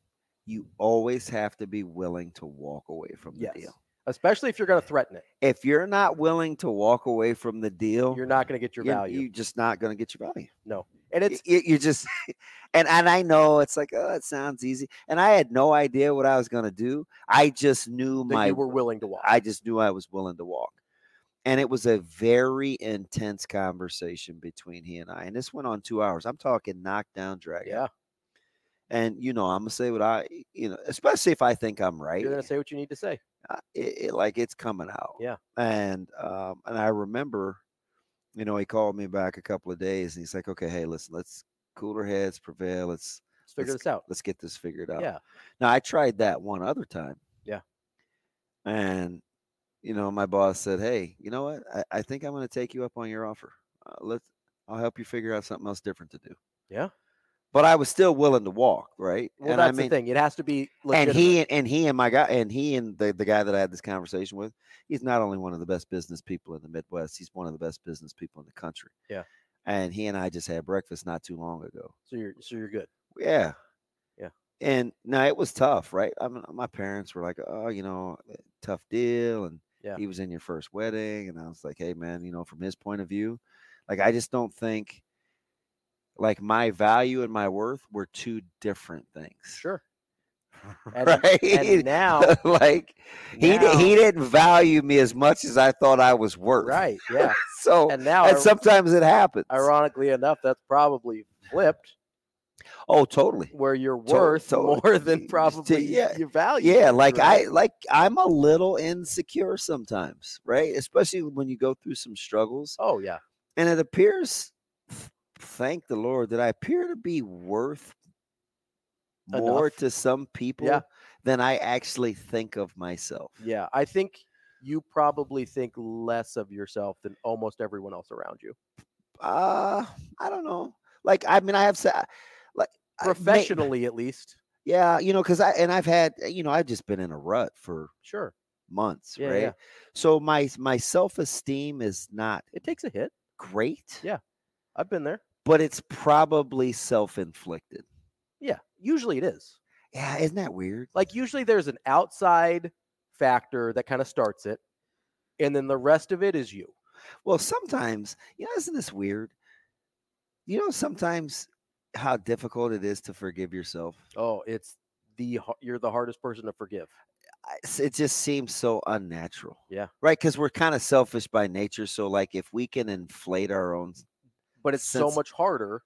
Speaker 2: You always have to be willing to walk away from the
Speaker 1: Yes.
Speaker 2: deal.
Speaker 1: Especially if you're going to threaten it,
Speaker 2: If you're not willing to walk away from the deal,
Speaker 1: you're not going to get your
Speaker 2: you're-
Speaker 1: value.
Speaker 2: you're just not going to get your value
Speaker 1: and it's
Speaker 2: it's you, you just (laughs) and and I know it's like oh it sounds easy and I had no idea what I was gonna do I just knew
Speaker 1: that
Speaker 2: my
Speaker 1: you were willing to walk.
Speaker 2: I just knew I was willing to walk and it was a very intense conversation between he and I and this went on two hours I'm talking knockdown drag
Speaker 1: yeah,
Speaker 2: and you know I'm gonna say what I you know especially if I think I'm right
Speaker 1: you're going to say what you need to say.
Speaker 2: uh, it, it- like it's coming out.
Speaker 1: Yeah.
Speaker 2: And um, and I remember, you know, he called me back a couple of days, and he's like, "Okay, hey, listen, let's cooler heads prevail. Let's
Speaker 1: Let's figure
Speaker 2: Let's-
Speaker 1: this out.
Speaker 2: let's get this figured out."
Speaker 1: Yeah,
Speaker 2: Now I tried that one other time.
Speaker 1: Yeah.
Speaker 2: And you know, my boss said, "Hey, you know what? I, I think I'm going to take you up on your offer. Uh, let's. I'll help you figure out something else different to do."
Speaker 1: Yeah.
Speaker 2: But I was still willing to walk, right?
Speaker 1: well,
Speaker 2: and
Speaker 1: that's
Speaker 2: I mean,
Speaker 1: the thing. It has to be.
Speaker 2: and
Speaker 1: Legitimate.
Speaker 2: he and, and he and my guy and he and the, the guy that I had this conversation with, he's not only one of the best business people in the Midwest, he's one of the best business people in the country.
Speaker 1: Yeah.
Speaker 2: And he and I just had breakfast not too long ago.
Speaker 1: so you're so you're good.
Speaker 2: Yeah.
Speaker 1: Yeah.
Speaker 2: And now it was tough, right? I mean, my parents were like, "Oh, you know, eh, tough deal," and
Speaker 1: Yeah.
Speaker 2: he was in your first wedding, and I was like, "Hey, man, you know, from his point of view, like, I just don't think, like, my value and my worth were two different things."
Speaker 1: Sure. And-
Speaker 2: right?
Speaker 1: And now,
Speaker 2: (laughs) like (laughs) he di-
Speaker 1: now-
Speaker 2: he didn't value me as much as I thought I was worth.
Speaker 1: right? Yeah.
Speaker 2: (laughs) So and,
Speaker 1: And now, ir-
Speaker 2: sometimes it happens.
Speaker 1: ironically enough, that's probably flipped,
Speaker 2: Oh, totally.
Speaker 1: where you're
Speaker 2: To-
Speaker 1: worth (laughs)
Speaker 2: totally.
Speaker 1: more
Speaker 2: Y-
Speaker 1: than
Speaker 2: y-
Speaker 1: probably
Speaker 2: yeah.
Speaker 1: your value.
Speaker 2: Oh, Yeah, like I
Speaker 1: right?
Speaker 2: like I'm a little insecure sometimes, right? Especially when you go through some struggles,
Speaker 1: Oh yeah.
Speaker 2: and it appears, th- thank the Lord, that I appear to be worth more
Speaker 1: Enough.
Speaker 2: to some people than I actually think of myself.
Speaker 1: Yeah, I think you probably think less of yourself than almost everyone else around you.
Speaker 2: uh i don't know like i mean i have sa- like I may-
Speaker 1: Professionally, at least.
Speaker 2: yeah you know because i and i've had you know i've just been in a rut for
Speaker 1: Sure.
Speaker 2: months
Speaker 1: Yeah,
Speaker 2: right
Speaker 1: yeah.
Speaker 2: so my my self-esteem is not
Speaker 1: It takes a hit.
Speaker 2: great
Speaker 1: Yeah. I've been there.
Speaker 2: but it's probably self-inflicted
Speaker 1: Yeah. Usually it is.
Speaker 2: yeah isn't that weird
Speaker 1: Like usually there's an outside factor that kind of starts it. And then the rest of it is you.
Speaker 2: well sometimes you know isn't this weird you know sometimes how difficult it is to forgive yourself
Speaker 1: Oh, it's the har- you're the hardest person to forgive.
Speaker 2: I- s- it just seems so unnatural.
Speaker 1: Yeah.
Speaker 2: Right. Cause we're kind of selfish by nature. So, like, if we can inflate our own, s-
Speaker 1: But it's so
Speaker 2: Sense-
Speaker 1: much harder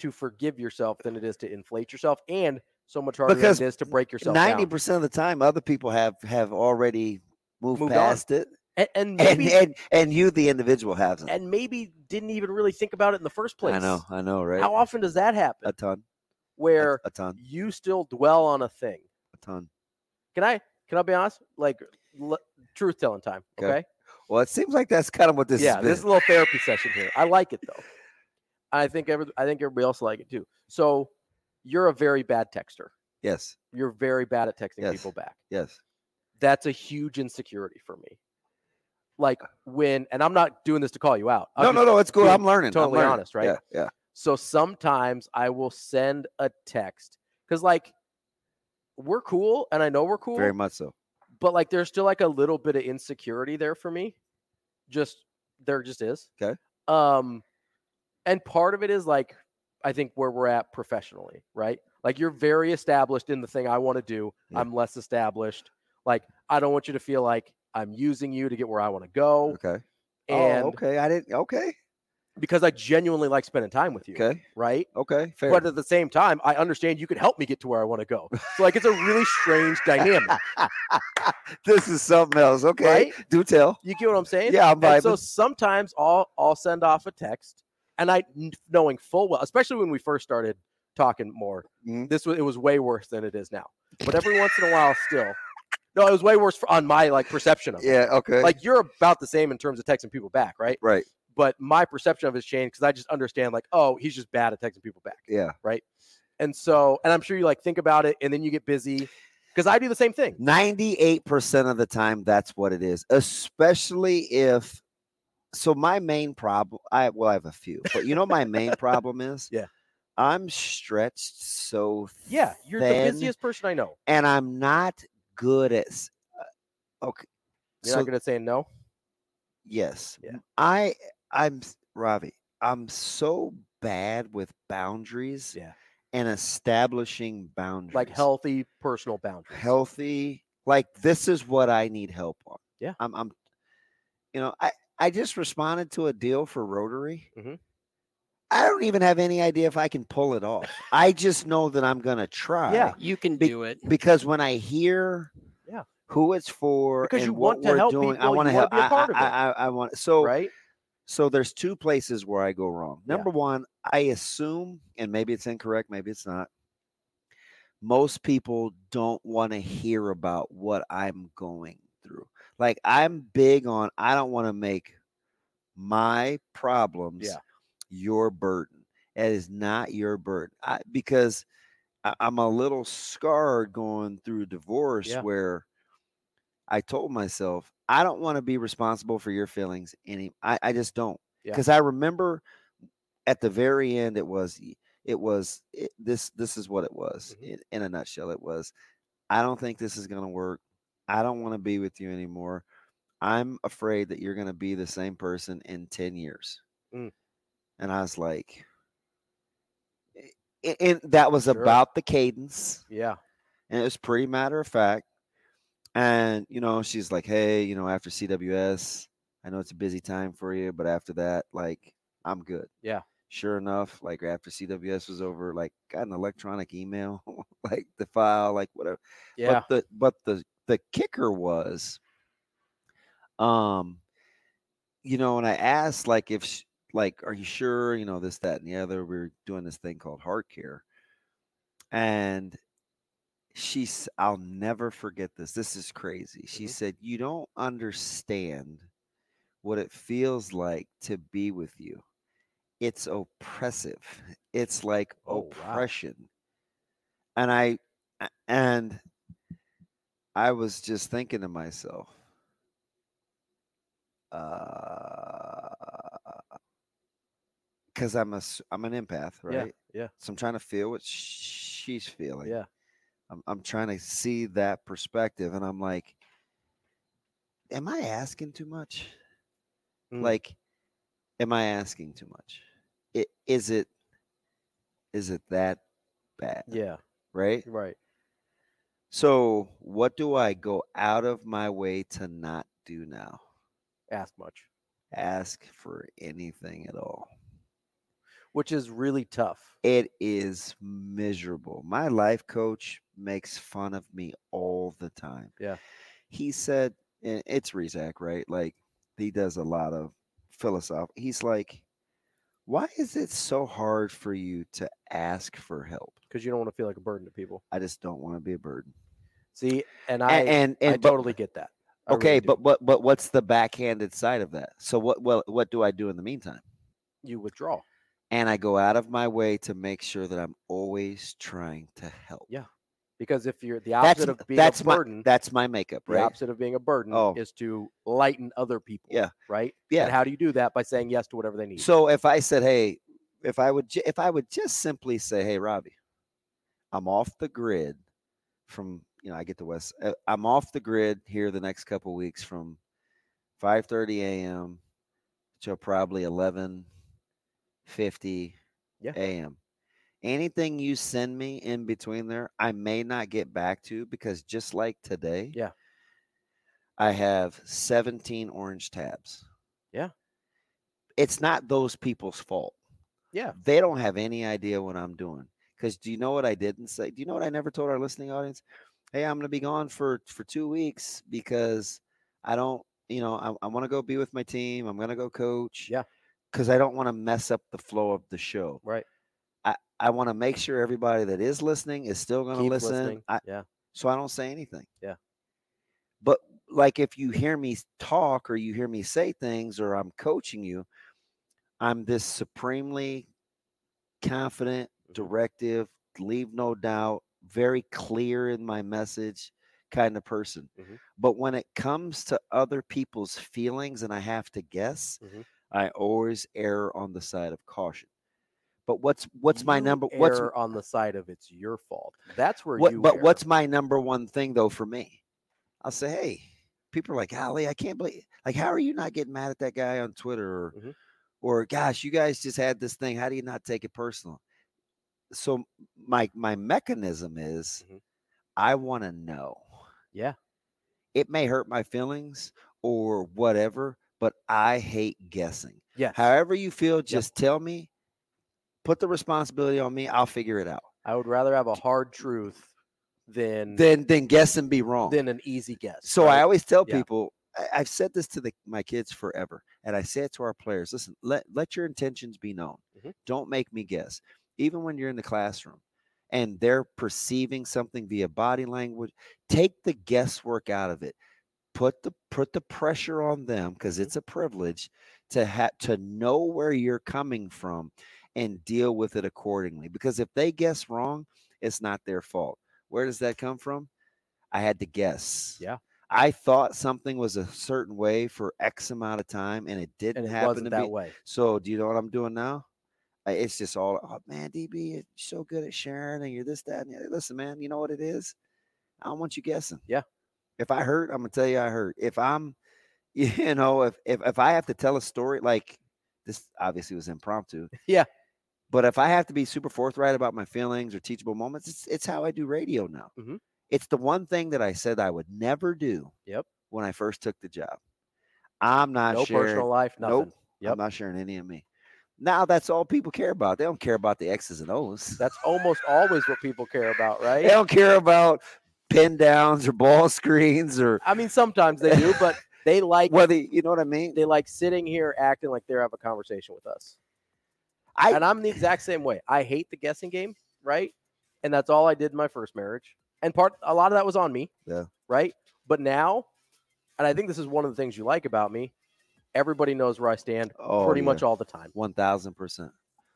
Speaker 1: to forgive yourself than it is to inflate yourself and so much harder
Speaker 2: Because
Speaker 1: than it is to break yourself down.
Speaker 2: 90% of the time, other people have have already moved,
Speaker 1: Moved on.
Speaker 2: past it.
Speaker 1: A- and
Speaker 2: And,
Speaker 1: maybe
Speaker 2: and and you, the individual, haven't.
Speaker 1: and maybe didn't even really think about it in the first place.
Speaker 2: I know. I know. Right.
Speaker 1: How often does that happen?
Speaker 2: a ton. a-
Speaker 1: Where
Speaker 2: a ton.
Speaker 1: you still dwell on a thing.
Speaker 2: A ton.
Speaker 1: Can I? Can I be honest? Like, l- truth telling time.
Speaker 2: Go.
Speaker 1: Okay.
Speaker 2: Well, it seems like that's kind of what this
Speaker 1: yeah.
Speaker 2: has been.
Speaker 1: This is a little therapy session here. I like it though. I think every. I think everybody else like it too. So, you're a very bad texter.
Speaker 2: yes.
Speaker 1: You're very bad at texting
Speaker 2: Yes.
Speaker 1: people back.
Speaker 2: Yes.
Speaker 1: That's a huge insecurity for me. Like when, and I'm not doing this to call you out. I'm
Speaker 2: no,
Speaker 1: just
Speaker 2: no, no. It's cool.
Speaker 1: being
Speaker 2: I'm learning. I'm
Speaker 1: totally
Speaker 2: learning.
Speaker 1: honest, right?
Speaker 2: Yeah. Yeah.
Speaker 1: So sometimes I will send a text because, like, we're cool and I know we're cool,
Speaker 2: Very much so.
Speaker 1: but like, there's still like a little bit of insecurity there for me. Just there just is.
Speaker 2: 'Kay.
Speaker 1: Um, and part of it is like, I think where we're at professionally, right? Like, you're very established in the thing I want to do.
Speaker 2: Yeah.
Speaker 1: I'm less established. Like, I don't want you to feel like I'm using you to get where I want to go.
Speaker 2: Okay.
Speaker 1: Oh, And
Speaker 2: oh, okay. I didn't. Okay.
Speaker 1: because I genuinely like spending time with you,
Speaker 2: Okay.
Speaker 1: right?
Speaker 2: Okay. Fair.
Speaker 1: But at the same time, I understand you could help me get to where I want to go. So like it's a really strange dynamic,
Speaker 2: (laughs) this is something else. Okay.
Speaker 1: right?
Speaker 2: Do tell.
Speaker 1: You get what I'm saying?
Speaker 2: Yeah, I'm
Speaker 1: And so
Speaker 2: vibing.
Speaker 1: sometimes I'll I'll send off a text, and I kn- knowing full well, especially when we first started talking more,
Speaker 2: Mhm.
Speaker 1: this was it was way worse than it is now. But every once in a while, still, no, it was way worse for, on my like perception of it.
Speaker 2: Yeah. Okay.
Speaker 1: Like you're about the same in terms of texting people back, right?
Speaker 2: right.
Speaker 1: But my perception of it's changed because I just understand like, oh, he's just bad at texting people back.
Speaker 2: Yeah.
Speaker 1: And so, and I'm sure you like think about it and then you get busy because I do the same thing.
Speaker 2: 98% of the time that's what it is especially if so my main problem i well i have a few but you know my
Speaker 1: (laughs)
Speaker 2: main problem is
Speaker 1: Yeah.
Speaker 2: i'm stretched so
Speaker 1: Yeah, you're the
Speaker 2: Then-
Speaker 1: busiest person I know.
Speaker 2: and i'm not good at s- uh, okay
Speaker 1: You're
Speaker 2: so
Speaker 1: not gonna say no.
Speaker 2: yes
Speaker 1: Yeah.
Speaker 2: i i'm s- ravi i'm so bad with boundaries
Speaker 1: Yeah.
Speaker 2: and establishing boundaries
Speaker 1: Like healthy personal boundaries.
Speaker 2: healthy. Like this is what I need help on.
Speaker 1: Yeah.
Speaker 2: I'm. I'm. You know, I I just responded to a deal for Rotary.
Speaker 1: Mhm.
Speaker 2: I don't even have any idea if I can pull it off. I just know that I'm gonna try.
Speaker 3: You can
Speaker 2: Be-
Speaker 3: do it.
Speaker 2: Because when I hear.
Speaker 1: Yeah.
Speaker 2: Who it's for
Speaker 1: Because
Speaker 2: and
Speaker 1: you
Speaker 2: what
Speaker 1: want to
Speaker 2: we're
Speaker 1: help
Speaker 2: doing. I
Speaker 1: people, you
Speaker 2: want to
Speaker 1: wanna
Speaker 2: help.
Speaker 1: be a
Speaker 2: I,
Speaker 1: part of it.
Speaker 2: I, I, I want. So
Speaker 1: right?
Speaker 2: so there's two places where I go wrong.
Speaker 1: Yeah.
Speaker 2: Number one, I assume, and maybe it's incorrect, maybe it's not. Most people don't want to hear about what I'm going through. Like I'm big on, I don't want to make my problems
Speaker 1: Yeah.
Speaker 2: your burden. It is not your burden I, because I, I'm a little scarred going through divorce
Speaker 1: Yeah.
Speaker 2: where I told myself I don't want to be responsible for your feelings any. I, I just don't
Speaker 1: Yeah.
Speaker 2: because I remember at the very end it was y- it was it, this this is what it was
Speaker 1: Mhm.
Speaker 2: in, in a nutshell it was I don't think this is gonna work. I don't want to be with you anymore. I'm afraid that you're gonna be the same person in ten years.
Speaker 1: Mm.
Speaker 2: And I was like, a- a- and that was
Speaker 1: Sure.
Speaker 2: about the cadence
Speaker 1: Yeah.
Speaker 2: and it was pretty matter of fact. And you know, she's like, "Hey, you know, after CWS, I know it's a busy time for you, but after that, like, I'm good."
Speaker 1: Yeah.
Speaker 2: Sure enough, like after CWS was over, like, got an electronic email, (laughs) like the file, like whatever.
Speaker 1: Yeah.
Speaker 2: But the but the the kicker was, um, you know, and I asked like if sh like, are you sure? You know, this, that, and the other. We were doing this thing called heart care, and she s- i'll never forget this this is crazy she
Speaker 1: Mhm.
Speaker 2: said you don't understand what it feels like to be with you it's oppressive it's like
Speaker 1: Oh, wow.
Speaker 2: oppression and i a- and i was just thinking to myself because uh, i'm a s- i'm an empath
Speaker 1: Yeah,
Speaker 2: right
Speaker 1: yeah.
Speaker 2: so i'm trying to feel what sh- she's feeling
Speaker 1: Yeah.
Speaker 2: I'm, I'm trying to see that perspective and I'm like, am I asking too much?
Speaker 1: Mm.
Speaker 2: Like, am I asking too much? I- Is it, is it that bad?
Speaker 1: Yeah.
Speaker 2: Right.
Speaker 1: Right.
Speaker 2: So what do I go out of my way to not do now?
Speaker 1: Ask much.
Speaker 2: Ask for anything at all.
Speaker 1: Which is really tough.
Speaker 2: It is miserable. My life coach makes fun of me all the time.
Speaker 1: Yeah.
Speaker 2: He said, and it's Rezak, right? Like, he does a lot of philosoph. He's like, why is it so hard for you to ask for help?
Speaker 1: Because you don't want to feel like a burden to people.
Speaker 2: I just don't want to be a burden.
Speaker 1: See, and
Speaker 2: A-
Speaker 1: I
Speaker 2: and and
Speaker 1: I
Speaker 2: but-
Speaker 1: totally get that. I really
Speaker 2: okay,
Speaker 1: do.
Speaker 2: but but but what's the backhanded side of that? So what well what do I do in the meantime?
Speaker 1: you withdraw.
Speaker 2: And I go out of my way to make sure that I'm always trying to help.
Speaker 1: Yeah, Because if you're the
Speaker 2: That's
Speaker 1: opposite
Speaker 2: m-
Speaker 1: of being
Speaker 2: that's
Speaker 1: a
Speaker 2: my-
Speaker 1: burden,
Speaker 2: That's my makeup,
Speaker 1: the
Speaker 2: right?
Speaker 1: opposite of being a burden
Speaker 2: Oh.
Speaker 1: is to lighten other people.
Speaker 2: Yeah.
Speaker 1: Right?
Speaker 2: Yeah.
Speaker 1: And how do you do that? By saying yes to whatever they need.
Speaker 2: So if I said, "Hey," if I would, ju- if I would just simply say, "Hey, Robbie, I'm off the grid from you know I get to West. uh, I'm off the grid here the next couple weeks from 5:30 a.m. till probably 11:50
Speaker 1: Yeah.
Speaker 2: a.m. Anything you send me in between there, I may not get back to because just like today,
Speaker 1: Yeah.
Speaker 2: I have 17 orange tabs.
Speaker 1: Yeah.
Speaker 2: It's not those people's fault.
Speaker 1: Yeah.
Speaker 2: They don't have any idea what I'm doing. Because do you know what I didn't say? Do you know what I never told our listening audience? Hey, I'm gonna be gone for for two weeks because I don't, you know, I, I want to go be with my team. I'm gonna go coach.
Speaker 1: Yeah.
Speaker 2: Because I don't want to mess up the flow of the show.
Speaker 1: Right.
Speaker 2: I I want to make sure everybody that is listening is still gonna
Speaker 1: Keep
Speaker 2: listen.
Speaker 1: listening.
Speaker 2: I,
Speaker 1: yeah.
Speaker 2: so I don't say anything.
Speaker 1: Yeah.
Speaker 2: But like if you hear me s- talk or you hear me say things or I'm coaching you, I'm this supremely confident,
Speaker 1: Mhm.
Speaker 2: directive, leave no doubt, very clear in my message kind of person.
Speaker 1: Mhm.
Speaker 2: But when it comes to other people's feelings and I have to guess,
Speaker 1: Mhm.
Speaker 2: I always err on the side of caution. But what's what's my
Speaker 1: You
Speaker 2: number what's
Speaker 1: err on the side of it's your fault. That's where
Speaker 2: what,
Speaker 1: you
Speaker 2: but
Speaker 1: err.
Speaker 2: what's my number one thing though for me? I'll say, hey, people are like, Ali, I can't believe like how are you not getting mad at that guy on Twitter or
Speaker 1: Mhm.
Speaker 2: or gosh, you guys just had this thing. How do you not take it personal? So my my mechanism is
Speaker 1: Mhm.
Speaker 2: I want to know.
Speaker 1: Yeah.
Speaker 2: It may hurt my feelings or whatever, but I hate guessing.
Speaker 1: yes.
Speaker 2: However you feel, just tell me. Put the responsibility on me. I'll figure it out.
Speaker 1: I would rather have a hard truth than than,
Speaker 2: Then then guess and be wrong.
Speaker 1: an easy guess.
Speaker 2: So I
Speaker 1: right?
Speaker 2: always tell
Speaker 1: Yeah.
Speaker 2: people, I, I've said this to the, my kids forever, and I say it to our players. Listen, let let your intentions be known.
Speaker 1: Mhm.
Speaker 2: Don't make me guess. Even when you're in the classroom and they're perceiving something via body language, take the guesswork out of it. Put the put the pressure on them because
Speaker 1: Mhm.
Speaker 2: it's a privilege to have to know where you're coming from and deal with it accordingly. Because if they guess wrong, it's not their fault. Where does that come from? I had to guess.
Speaker 1: Yeah.
Speaker 2: I thought something was a certain way for X amount of time, and it didn't
Speaker 1: and it
Speaker 2: happen
Speaker 1: wasn't
Speaker 2: to
Speaker 1: that
Speaker 2: be.
Speaker 1: way.
Speaker 2: So, do you know what I'm doing now? I- It's just all, oh man, DB, you're so good at sharing, and you're this, that, and the other. Listen, man, you know what it is? I don't want you guessing.
Speaker 1: Yeah.
Speaker 2: If I hurt, I'm gonna tell you I hurt. If I'm, (laughs) you know, if if if I have to tell a story like this, obviously was impromptu.
Speaker 1: (laughs) Yeah.
Speaker 2: But if I have to be super forthright about my feelings or teachable moments, it's it's how I do radio now.
Speaker 1: Mhm.
Speaker 2: It's the one thing that I said I would never do.
Speaker 1: Yep.
Speaker 2: When I first took the job, I'm not
Speaker 1: No
Speaker 2: sharing.
Speaker 1: personal life, nothing.
Speaker 2: Nope.
Speaker 1: Yep.
Speaker 2: I'm not sharing any of me. Now that's all people care about. They don't care about the X's and O's. (laughs)
Speaker 1: That's almost always what people care about, right?
Speaker 2: They don't care about pin downs or ball (laughs) screens or
Speaker 1: I mean, sometimes they do,
Speaker 2: (laughs)
Speaker 1: but they like
Speaker 2: whether you know what I mean.
Speaker 1: they like sitting here acting like they're having a conversation with us.
Speaker 2: I
Speaker 1: and I'm the exact same way. I hate the guessing game, right? And that's all I did in my first marriage. And part a lot of that was on me.
Speaker 2: Yeah.
Speaker 1: Right. But now, and I think this is one of the things you like about me, everybody knows where I stand
Speaker 2: oh,
Speaker 1: pretty much all the time.
Speaker 2: one thousand percent.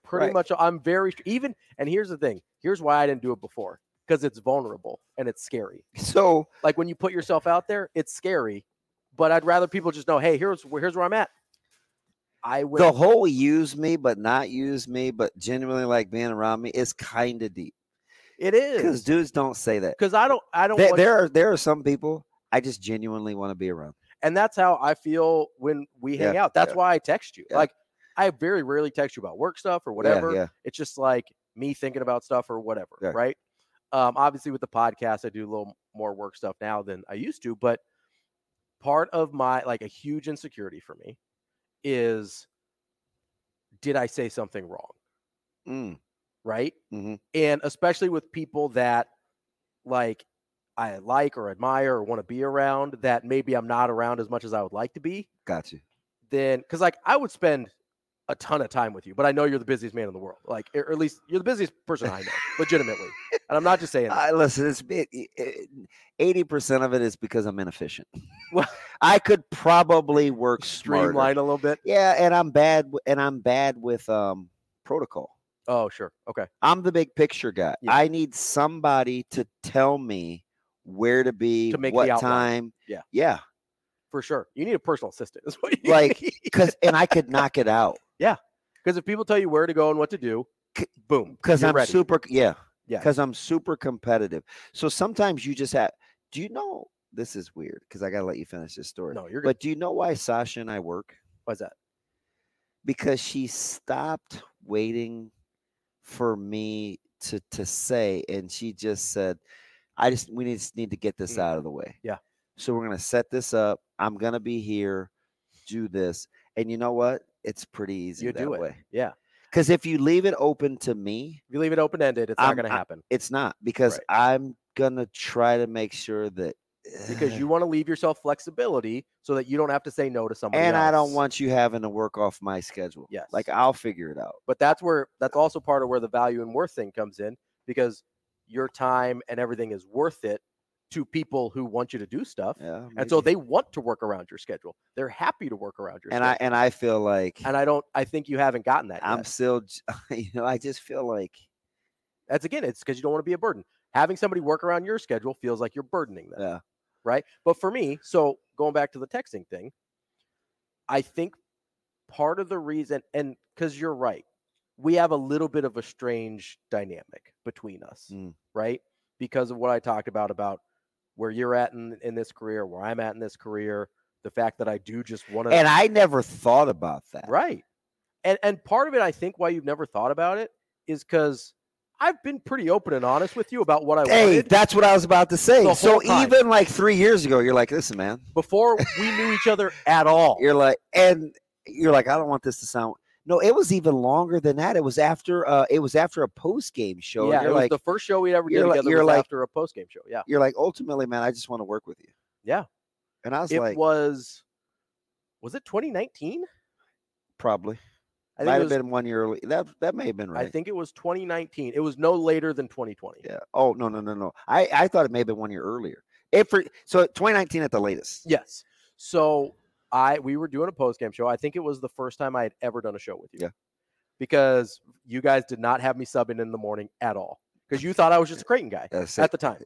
Speaker 1: Pretty
Speaker 2: Right.
Speaker 1: much I'm very even and here's the thing. Here's why I didn't do it before. Because it's vulnerable and it's scary.
Speaker 2: So
Speaker 1: Like when you put yourself out there, it's scary. But I'd rather people just know, hey, here's where here's where I'm at. I would
Speaker 2: the whole use me but not use me, but genuinely like being around me is kind of deep
Speaker 1: it
Speaker 2: because
Speaker 1: is
Speaker 2: dudes don't say that.
Speaker 1: because I don't I don't
Speaker 2: There,
Speaker 1: want
Speaker 2: there are there are some people I just genuinely want to be around.
Speaker 1: and that's how I feel when we hang out. That's
Speaker 2: yeah.
Speaker 1: why I text you.
Speaker 2: Yeah.
Speaker 1: Like I very rarely text you about work stuff or
Speaker 2: Yeah,
Speaker 1: whatever.
Speaker 2: Yeah,
Speaker 1: It's just like me thinking about stuff or whatever,
Speaker 2: Yeah.
Speaker 1: right? Um, obviously with the podcast, I do a little more work stuff now than I used to, but part of my like a huge insecurity for me is did I say something wrong?
Speaker 2: Mm,
Speaker 1: Right.
Speaker 2: mhm.
Speaker 1: And especially with people that like I like or admire or want to be around that maybe I'm not around as much as I would like to be
Speaker 2: Got you.
Speaker 1: then because like I would spend a ton of time with you, but I know you're the busiest man in the world. Like, or at least you're the busiest person I know, legitimately. And I'm not just saying that.
Speaker 2: (laughs) I listen, it's e, eighty percent of it is because I'm inefficient.
Speaker 1: (laughs) Well-
Speaker 2: (laughs) I could probably work smarter.
Speaker 1: streamline a little bit.
Speaker 2: Yeah, and I'm bad. w- And I'm bad with um protocol.
Speaker 1: Oh, sure. Okay.
Speaker 2: I'm the big picture guy.
Speaker 1: Yeah.
Speaker 2: I need somebody to tell me where to be,
Speaker 1: To make the
Speaker 2: what
Speaker 1: outline.
Speaker 2: time.
Speaker 1: Yeah. (laughs)
Speaker 2: yeah.
Speaker 1: For sure. You need a personal assistant. Is what you
Speaker 2: Like, Because and I could knock it out
Speaker 1: because if people tell you where to go and what to do,
Speaker 2: C-
Speaker 1: boom.
Speaker 2: because
Speaker 1: you're
Speaker 2: I'm
Speaker 1: ready.
Speaker 2: super. Yeah,
Speaker 1: Yeah.
Speaker 2: Because I'm super competitive. So sometimes you just have. Do you know this is weird? Because I gotta let you finish this story.
Speaker 1: No, you're good.
Speaker 2: But do you know why Sasha and I work?
Speaker 1: Why's that?
Speaker 2: Because she stopped waiting for me to to say, and she just said, "I just we need, just need to get this
Speaker 1: Mm.
Speaker 2: out of the way."
Speaker 1: Yeah.
Speaker 2: So we're gonna set this up. I'm gonna be here. Do this, and you know what? It's pretty easy
Speaker 1: You
Speaker 2: that
Speaker 1: do it.
Speaker 2: way.
Speaker 1: Yeah. If
Speaker 2: Because if you leave it open to me,
Speaker 1: you leave it open ended, it's not
Speaker 2: I'm-
Speaker 1: going to
Speaker 2: I-
Speaker 1: happen
Speaker 2: it's not because
Speaker 1: Right.
Speaker 2: I'm gonna try to make sure that eh,
Speaker 1: because you want to leave yourself flexibility so that you don't have to say no to somebody.
Speaker 2: and I don't
Speaker 1: else.
Speaker 2: want you having to work off my schedule.
Speaker 1: Yes.
Speaker 2: like I'll figure it out.
Speaker 1: But that's where that's also part of where the value and worth thing comes in because your time and everything is worth it to people who want you to do stuff.
Speaker 2: Yeah,
Speaker 1: And so
Speaker 2: maybe.
Speaker 1: they want to work around your schedule. They're happy to work around your
Speaker 2: and I
Speaker 1: schedule.
Speaker 2: and I feel like
Speaker 1: and I don't I think you haven't gotten that
Speaker 2: I'm (laughs)
Speaker 1: yet.
Speaker 2: still, j- you know, I just feel like
Speaker 1: That's again, it's because you don't want to be a burden. Having somebody work around your schedule feels like you're burdening them.
Speaker 2: Yeah.
Speaker 1: Right. But for me, so going back to the texting thing, I think part of the reason, and because you're right, we have a little bit of a strange dynamic between us,
Speaker 2: Mm.
Speaker 1: right? Because of what I talked about, about where you're at in, in this career, where I'm at in this career, the fact that I do just want to
Speaker 2: And I never thought about that.
Speaker 1: Right. And and part of it I think why you've never thought about it is cuz I've been pretty open and honest with you about what I
Speaker 2: Hey,
Speaker 1: wanted
Speaker 2: that's what I was about to say.
Speaker 1: The
Speaker 2: So
Speaker 1: whole time.
Speaker 2: even like three years ago, you're like, listen, man,
Speaker 1: before we knew each other at all.
Speaker 2: you're like, and you're like, I don't want this to sound. No, it was even longer than that. It was after, uh, it was after a post game show. and
Speaker 1: yeah, it
Speaker 2: you're
Speaker 1: was
Speaker 2: like,
Speaker 1: the first show we ever did
Speaker 2: you're like-
Speaker 1: together
Speaker 2: you're
Speaker 1: was
Speaker 2: like-
Speaker 1: after a post-game show. Yeah.
Speaker 2: you're like, ultimately, man, I just want to work with you.
Speaker 1: Yeah.
Speaker 2: And I was
Speaker 1: It
Speaker 2: like,
Speaker 1: was was it 2019?
Speaker 2: probably
Speaker 1: I
Speaker 2: might
Speaker 1: think it
Speaker 2: have
Speaker 1: was,
Speaker 2: been one year early. That that may have been right.
Speaker 1: I think it was 2019. It was no later than 2020.
Speaker 2: Yeah. Oh no no no no. I I thought it may have been one year earlier. It for so 2019 at the latest.
Speaker 1: Yes. So I we were doing a post game show. I think it was the first time I had ever done a show with you.
Speaker 2: Yeah.
Speaker 1: Because you guys did not have me subbing in the morning at all. Because you thought I was
Speaker 2: (laughs)
Speaker 1: just a Creighton guy
Speaker 2: That's it.
Speaker 1: at the time.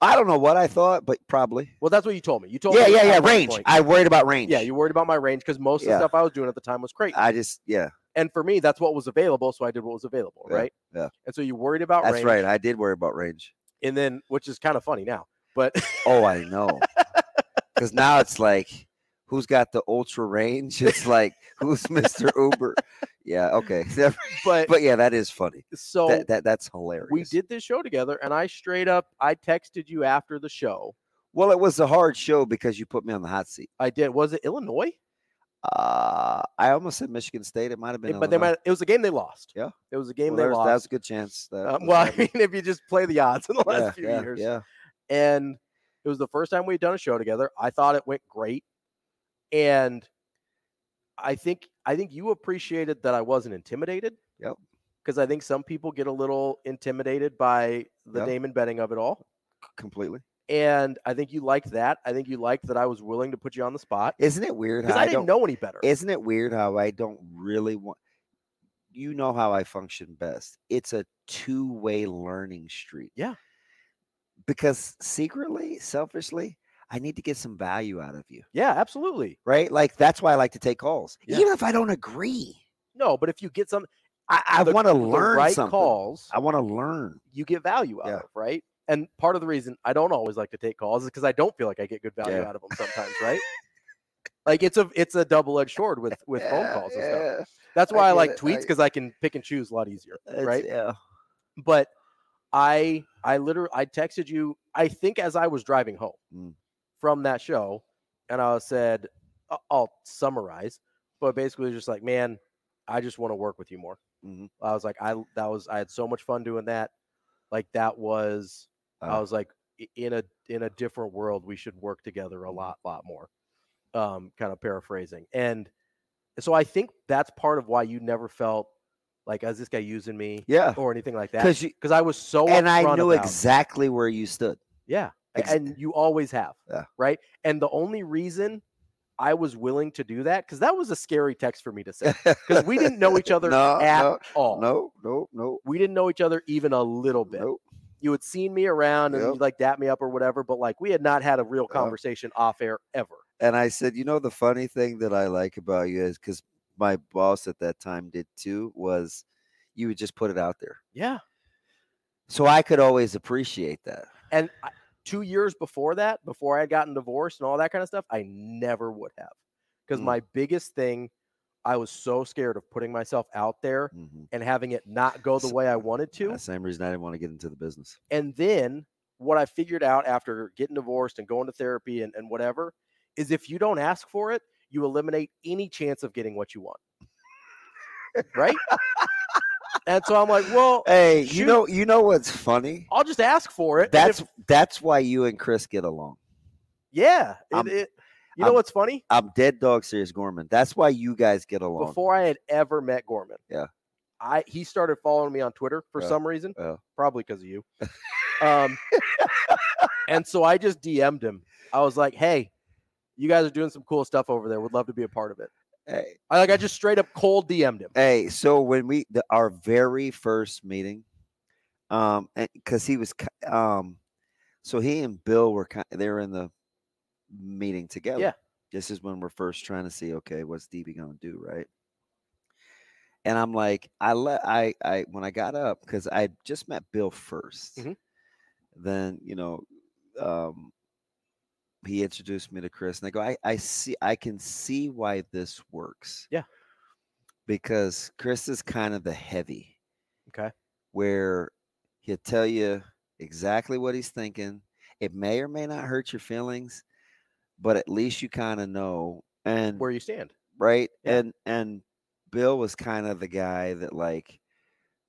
Speaker 2: I don't know what I thought, but probably.
Speaker 1: Well, that's what you told me. You told
Speaker 2: Yeah
Speaker 1: me
Speaker 2: yeah
Speaker 1: at
Speaker 2: yeah.
Speaker 1: one
Speaker 2: Range.
Speaker 1: point-
Speaker 2: I worried about range.
Speaker 1: yeah, you worried about my range because most of
Speaker 2: Yeah.
Speaker 1: the stuff I was doing at the time was Creighton.
Speaker 2: I just yeah.
Speaker 1: and for me, that's what was available. So I did what was available,
Speaker 2: Yeah,
Speaker 1: right?
Speaker 2: yeah.
Speaker 1: And so you worried about
Speaker 2: That's
Speaker 1: range.
Speaker 2: right. I did worry about range.
Speaker 1: And then which is kind of funny now. But (laughs)
Speaker 2: Oh, I know. Because now it's like, who's got the ultra range? (laughs) It's like, who's Mister Uber? Yeah. Okay. (laughs)
Speaker 1: but,
Speaker 2: but yeah, that is funny.
Speaker 1: so
Speaker 2: that, that that's hilarious.
Speaker 1: we did this show together and I straight up I texted you after the show.
Speaker 2: Well, it was a hard show because you put me on the hot seat.
Speaker 1: I did was it Illinois?
Speaker 2: Uh, I almost said Michigan State. It might have been,
Speaker 1: Yeah, but they
Speaker 2: Illinois.
Speaker 1: might. It was a game they lost.
Speaker 2: Yeah.
Speaker 1: it was a game
Speaker 2: Well,
Speaker 1: they
Speaker 2: there's- That's
Speaker 1: lost.
Speaker 2: a good chance. That
Speaker 1: Um,
Speaker 2: was
Speaker 1: well, (laughs) I
Speaker 2: happening.
Speaker 1: mean, if you just play the odds in the last
Speaker 2: yeah,
Speaker 1: few
Speaker 2: yeah,
Speaker 1: years,
Speaker 2: yeah.
Speaker 1: and it was the first time we'd done a show together. I thought it went great, and I think I think you appreciated that I wasn't intimidated.
Speaker 2: Yep.
Speaker 1: Because I think some people get a little intimidated by the
Speaker 2: Yep.
Speaker 1: name and betting of it all,
Speaker 2: completely.
Speaker 1: and I think you liked that. I think you liked that I was willing to put you on the spot
Speaker 2: Isn't it weird?
Speaker 1: because
Speaker 2: How
Speaker 1: I,
Speaker 2: I,
Speaker 1: didn't
Speaker 2: don't
Speaker 1: know any better.
Speaker 2: Isn't it weird how I don't really want? You know how I function best. It's a two-way learning street.
Speaker 1: Yeah.
Speaker 2: Because secretly, selfishly, I need to get some value out of you,
Speaker 1: yeah, absolutely.
Speaker 2: right? Like that's why I like to take calls,
Speaker 1: Yeah.
Speaker 2: even if I don't agree.
Speaker 1: No, but if you get some,
Speaker 2: I, I
Speaker 1: the-
Speaker 2: want to
Speaker 1: the
Speaker 2: learn
Speaker 1: right
Speaker 2: something.
Speaker 1: calls.
Speaker 2: I want to learn.
Speaker 1: you get value out
Speaker 2: Yeah.
Speaker 1: of, right? And part of the reason I don't always like to take calls is because I don't feel like I get good value
Speaker 2: Yeah.
Speaker 1: out of them sometimes,
Speaker 2: (laughs)
Speaker 1: right? like it's a it's a double edged sword with with phone
Speaker 2: Yeah,
Speaker 1: calls and stuff.
Speaker 2: yeah,
Speaker 1: That's
Speaker 2: I
Speaker 1: why I,
Speaker 2: get
Speaker 1: like
Speaker 2: it.
Speaker 1: tweets
Speaker 2: I-
Speaker 1: because I can pick and choose a lot easier,
Speaker 2: it's-
Speaker 1: right?
Speaker 2: Yeah.
Speaker 1: But I I literally I texted you I think as I was driving home
Speaker 2: Mm.
Speaker 1: from that show, and I said I- I'll summarize, but basically just like man, I just want to work with you more.
Speaker 2: Mhm.
Speaker 1: I was like I that was I had so much fun doing that, like that was I
Speaker 2: Uh,
Speaker 1: was like "I- in a in a different world we should work together a lot lot more, um kind of paraphrasing and so I think that's part of why you never felt like is this guy using me
Speaker 2: Yeah.
Speaker 1: or anything like that
Speaker 2: Because Uh, you
Speaker 1: because I was so
Speaker 2: and I
Speaker 1: upfront
Speaker 2: knew
Speaker 1: about-
Speaker 2: exactly where
Speaker 1: (laughs)
Speaker 2: you stood.
Speaker 1: yeah a-
Speaker 2: ex-
Speaker 1: and you always have
Speaker 2: Yeah.
Speaker 1: right and the only reason I was willing to do that because that was a scary text for me to send because we didn't
Speaker 2: (laughs)
Speaker 1: know each other
Speaker 2: no,
Speaker 1: at
Speaker 2: no,
Speaker 1: all
Speaker 2: no, no, no,
Speaker 1: we didn't know each other even a little bit
Speaker 2: no.
Speaker 1: you had seen me around and
Speaker 2: Yep.
Speaker 1: you'd like dap me up or whatever, but like we had not had a real
Speaker 2: Yeah.
Speaker 1: conversation off air ever.
Speaker 2: And I said, you know, the funny thing that I like about you is because my boss at that time did too was you would just put it out there,
Speaker 1: Yeah.
Speaker 2: so I could always appreciate that.
Speaker 1: And I, two years before that, before I had gotten divorced and all that kind of stuff, I never would have. Because
Speaker 2: Mm.
Speaker 1: my biggest thing, I was so scared of putting myself out there
Speaker 2: Mhm.
Speaker 1: and having it not go the
Speaker 2: So-
Speaker 1: way I wanted to.
Speaker 2: Uh, Same reason I didn't want to get into the business.
Speaker 1: And then what I figured out after getting divorced and going to therapy and, and whatever is if you don't ask for it, you eliminate any chance of getting what you want. right? And so I'm like, well,
Speaker 2: Hey, you
Speaker 1: Shoot.
Speaker 2: know, you know what's funny?
Speaker 1: I'll just ask for it. and
Speaker 2: That's
Speaker 1: if-
Speaker 2: that's why you and Chris get along.
Speaker 1: yeah. it-
Speaker 2: I'm-
Speaker 1: it- you know
Speaker 2: I'm-
Speaker 1: what's funny?
Speaker 2: I'm dead dog serious, Gorman. That's why you guys get along.
Speaker 1: Before I had ever met Gorman,
Speaker 2: Yeah.
Speaker 1: I he started following me on Twitter for
Speaker 2: Yeah,
Speaker 1: some reason,
Speaker 2: yeah.
Speaker 1: probably because of
Speaker 2: (laughs)
Speaker 1: you. um, and so I just DM'd him. I was like, "Hey, you guys are doing some cool stuff over there. Would love to be a part of it."
Speaker 2: Hey,
Speaker 1: I like I just straight up cold DM'd him.
Speaker 2: Hey, so when we the, our very first meeting, um, because he was, ki- um, so he and Bill were kind, they were in the meeting together.
Speaker 1: Yeah.
Speaker 2: this is when we're first trying to see, okay, what's DB gonna do, right? And I'm like, I let I I when I got up because I had just met Bill 1st
Speaker 1: Mhm.
Speaker 2: Then you know, um, he introduced me to Chris, and I go, I I see, I can see why this works.
Speaker 1: Yeah.
Speaker 2: because Chris is kind of the heavy
Speaker 1: Okay.
Speaker 2: where he'll tell you exactly what he's thinking. It may or may not hurt your feelings, but at least you kind of know. And
Speaker 1: Where you
Speaker 2: (laughs)
Speaker 1: stand.
Speaker 2: right,
Speaker 1: yeah.
Speaker 2: and and Bill was kind of the guy that like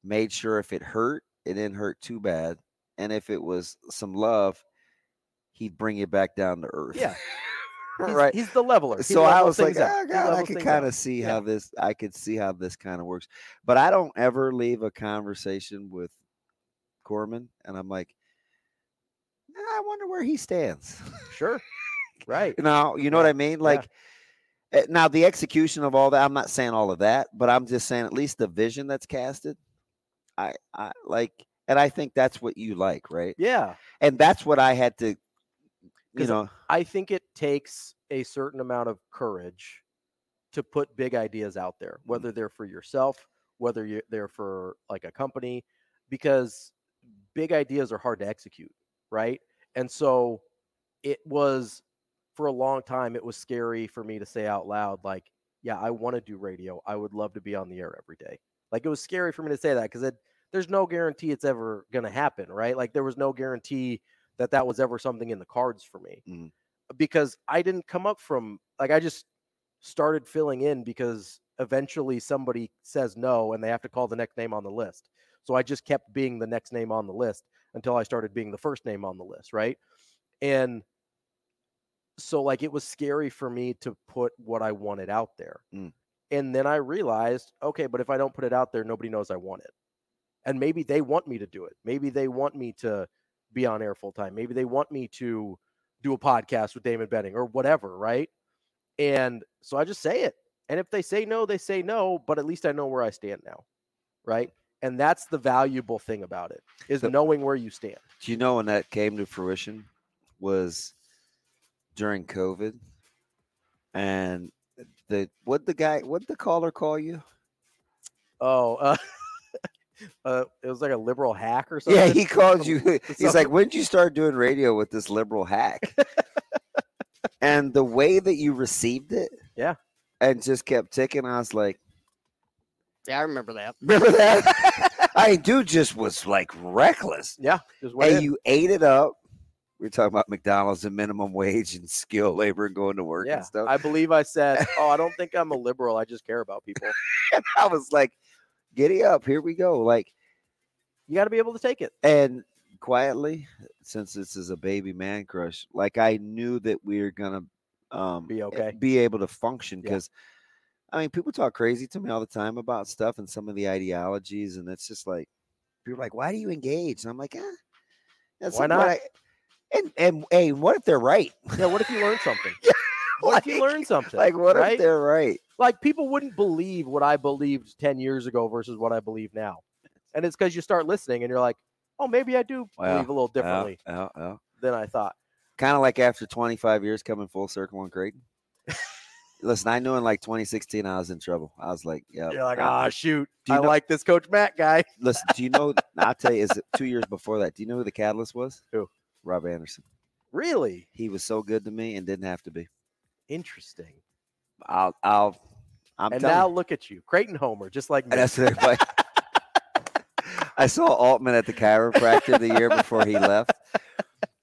Speaker 2: made sure if it hurt, it didn't hurt too bad, and if it was some love, he'd bring you back down to earth.
Speaker 1: Yeah. He's-
Speaker 2: right.
Speaker 1: He's the leveler. He
Speaker 2: So I
Speaker 1: levels
Speaker 2: was like,
Speaker 1: things out.
Speaker 2: "Ah,
Speaker 1: He
Speaker 2: God, I
Speaker 1: levels
Speaker 2: could
Speaker 1: things out."
Speaker 2: kind of see
Speaker 1: Yeah.
Speaker 2: how this, I could see how this kind of works. But I don't ever leave a conversation with Corman, and I'm like, "Nah, I wonder where he stands. (laughs)
Speaker 1: Sure. Right.
Speaker 2: now, you know
Speaker 1: Yeah,
Speaker 2: what I mean? Like, eh, now the execution of all that. I'm not saying all of that, but I'm just saying at least the vision that's casted. I, I like, and I think that's what you like, right?
Speaker 1: Yeah.
Speaker 2: And that's what I had to, you
Speaker 1: 'Cause
Speaker 2: know,
Speaker 1: I think it takes a certain amount of courage to put big ideas out there, whether they're for yourself, whether you they're for like a company, because big ideas are hard to execute, right? And so it was for a long time, it was scary for me to say out loud, like, yeah, I want to do radio. I would love to be on the air every day. Like, it was scary for me to say that because there's no guarantee it's ever going to happen, right? Like, there was no guarantee that that was ever something in the cards for me
Speaker 2: Mhm.
Speaker 1: because I didn't come up from, like, I just started filling in because eventually somebody says no and they have to call the next name on the list. So I just kept being the next name on the list until I started being the first name on the list, right? And so like it was scary for me to put what I wanted out there.
Speaker 2: Mm.
Speaker 1: And then I realized, okay, but if I don't put it out there, nobody knows I want it. And maybe they want me to do it. Maybe they want me to be on air full time. Maybe they want me to do a podcast with Damon Benning or whatever, right? And so I just say it. And if they say no, they say no, but at least I know where I stand now. Right? And that's the valuable thing about it is
Speaker 2: The-
Speaker 1: knowing where you stand.
Speaker 2: Do you know when that came to fruition was during COVID? And the what the guy what the caller call you?
Speaker 1: Oh, uh, (laughs) uh, it was like a liberal hack or something.
Speaker 2: (laughs) yeah, (laughs) he called
Speaker 1: some-
Speaker 2: you. He's like,
Speaker 1: something-
Speaker 2: when did you start doing radio with this liberal (laughs) hack? and the way that you received it,
Speaker 1: Yeah.
Speaker 2: and just kept ticking. I was like,
Speaker 3: Yeah, I remember that.
Speaker 2: remember that? (laughs) I dude just was like reckless.
Speaker 1: (laughs) yeah, just went
Speaker 2: and
Speaker 1: in.
Speaker 2: you ate it up. We are talking about McDonald's and minimum wage and skilled labor and going to work
Speaker 1: yeah,
Speaker 2: and stuff.
Speaker 1: I believe I
Speaker 2: (laughs)
Speaker 1: said, "Oh, I don't think I'm a liberal. I just care about people."
Speaker 2: and I was like, giddy up, here we go. Like,
Speaker 1: You got to be able to take it.
Speaker 2: and quietly, since this is a baby man crush, like I knew that we were gonna um
Speaker 1: Be
Speaker 2: eh,
Speaker 1: okay.
Speaker 2: be able to function
Speaker 1: Yeah.
Speaker 2: because I mean people talk crazy to me all the time about stuff and some of the ideologies, and it's just like people are like, Why do you engage? And I'm like, eh, that's
Speaker 1: Why
Speaker 2: not what
Speaker 1: not?
Speaker 2: I, and and hey, what if they're right?
Speaker 1: Yeah, what if you learn something?
Speaker 2: (laughs)
Speaker 1: What if you learn something?
Speaker 2: Like what
Speaker 1: right?
Speaker 2: if they're right?
Speaker 1: like people wouldn't believe what I believed 10 years ago versus what I believe now. And it's because you start listening and you're like, oh, maybe I do
Speaker 2: Well,
Speaker 1: believe a little differently than I thought.
Speaker 2: kind of like after 25 years coming full circle on Creighton. Listen, I knew in like 2016 I was in trouble. I was like, yeah.
Speaker 1: You're like,
Speaker 2: I-
Speaker 1: ah, shoot.
Speaker 2: do you
Speaker 1: I
Speaker 2: know-
Speaker 1: like this Coach Matt
Speaker 2: (laughs)
Speaker 1: guy.
Speaker 2: Listen, do you know? I'll tell you, is it two years before that? Do you know who the catalyst was?
Speaker 1: Who?
Speaker 2: Rob Anderson.
Speaker 1: Really
Speaker 2: He was so good to me and didn't have to be.
Speaker 1: interesting.
Speaker 2: I'll, I'll, I'm
Speaker 1: and
Speaker 2: telling
Speaker 1: now
Speaker 2: you.
Speaker 1: look at you, Creighton Homer, just like me.
Speaker 2: And (laughs) that's what everybody. I saw Altman at the chiropractor the year before he left,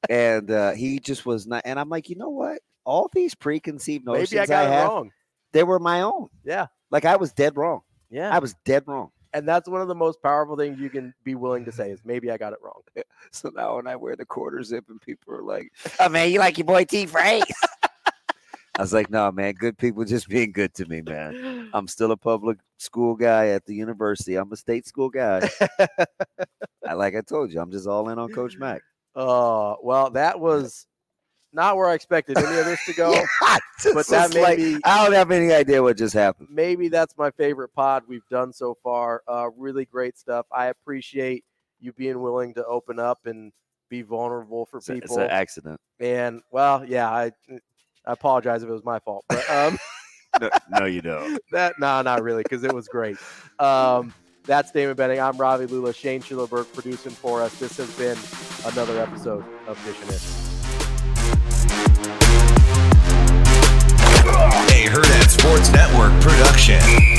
Speaker 2: and uh, he just was not. And I'm like, you know what? All these preconceived notions
Speaker 1: Maybe I got it
Speaker 2: have,
Speaker 1: wrong.
Speaker 2: they were my own.
Speaker 1: Yeah.
Speaker 2: Like I was dead wrong.
Speaker 1: Yeah.
Speaker 2: I was dead wrong.
Speaker 1: and that's one of the most powerful things you can be willing to say is maybe I got it
Speaker 2: (laughs)
Speaker 1: wrong.
Speaker 2: (laughs) So now when I wear the quarter zip and people are like, (laughs) oh man, you like your boy T Frace. (laughs) I was like, no, man, good people just being good to me, man. (laughs) I'm still a public school guy at the university. I'm a state school (laughs) guy. I, like I told you, I'm just all in on Coach Mack.
Speaker 1: Oh, well, that was not where I expected any of this to go.
Speaker 2: (laughs) (laughs) Yeah, I just
Speaker 1: but that
Speaker 2: was
Speaker 1: may
Speaker 2: like,
Speaker 1: be-
Speaker 2: I don't have any idea what just happened.
Speaker 1: maybe that's my favorite pod we've done so far. Uh, really great stuff. I appreciate you being willing to open up and be vulnerable for
Speaker 2: It's, a-
Speaker 1: people.
Speaker 2: it's an accident.
Speaker 1: and well, yeah, I I apologize if it was my fault, but
Speaker 2: (laughs)
Speaker 1: um,
Speaker 2: No, no, you don't.
Speaker 1: (laughs) that no, not really, because it was great. Um, that's Damon Benning. I'm Ravi Lula. Shane Schillerberg producing for us. This has been another episode of Mission It.
Speaker 4: A Herd at Sports Network production.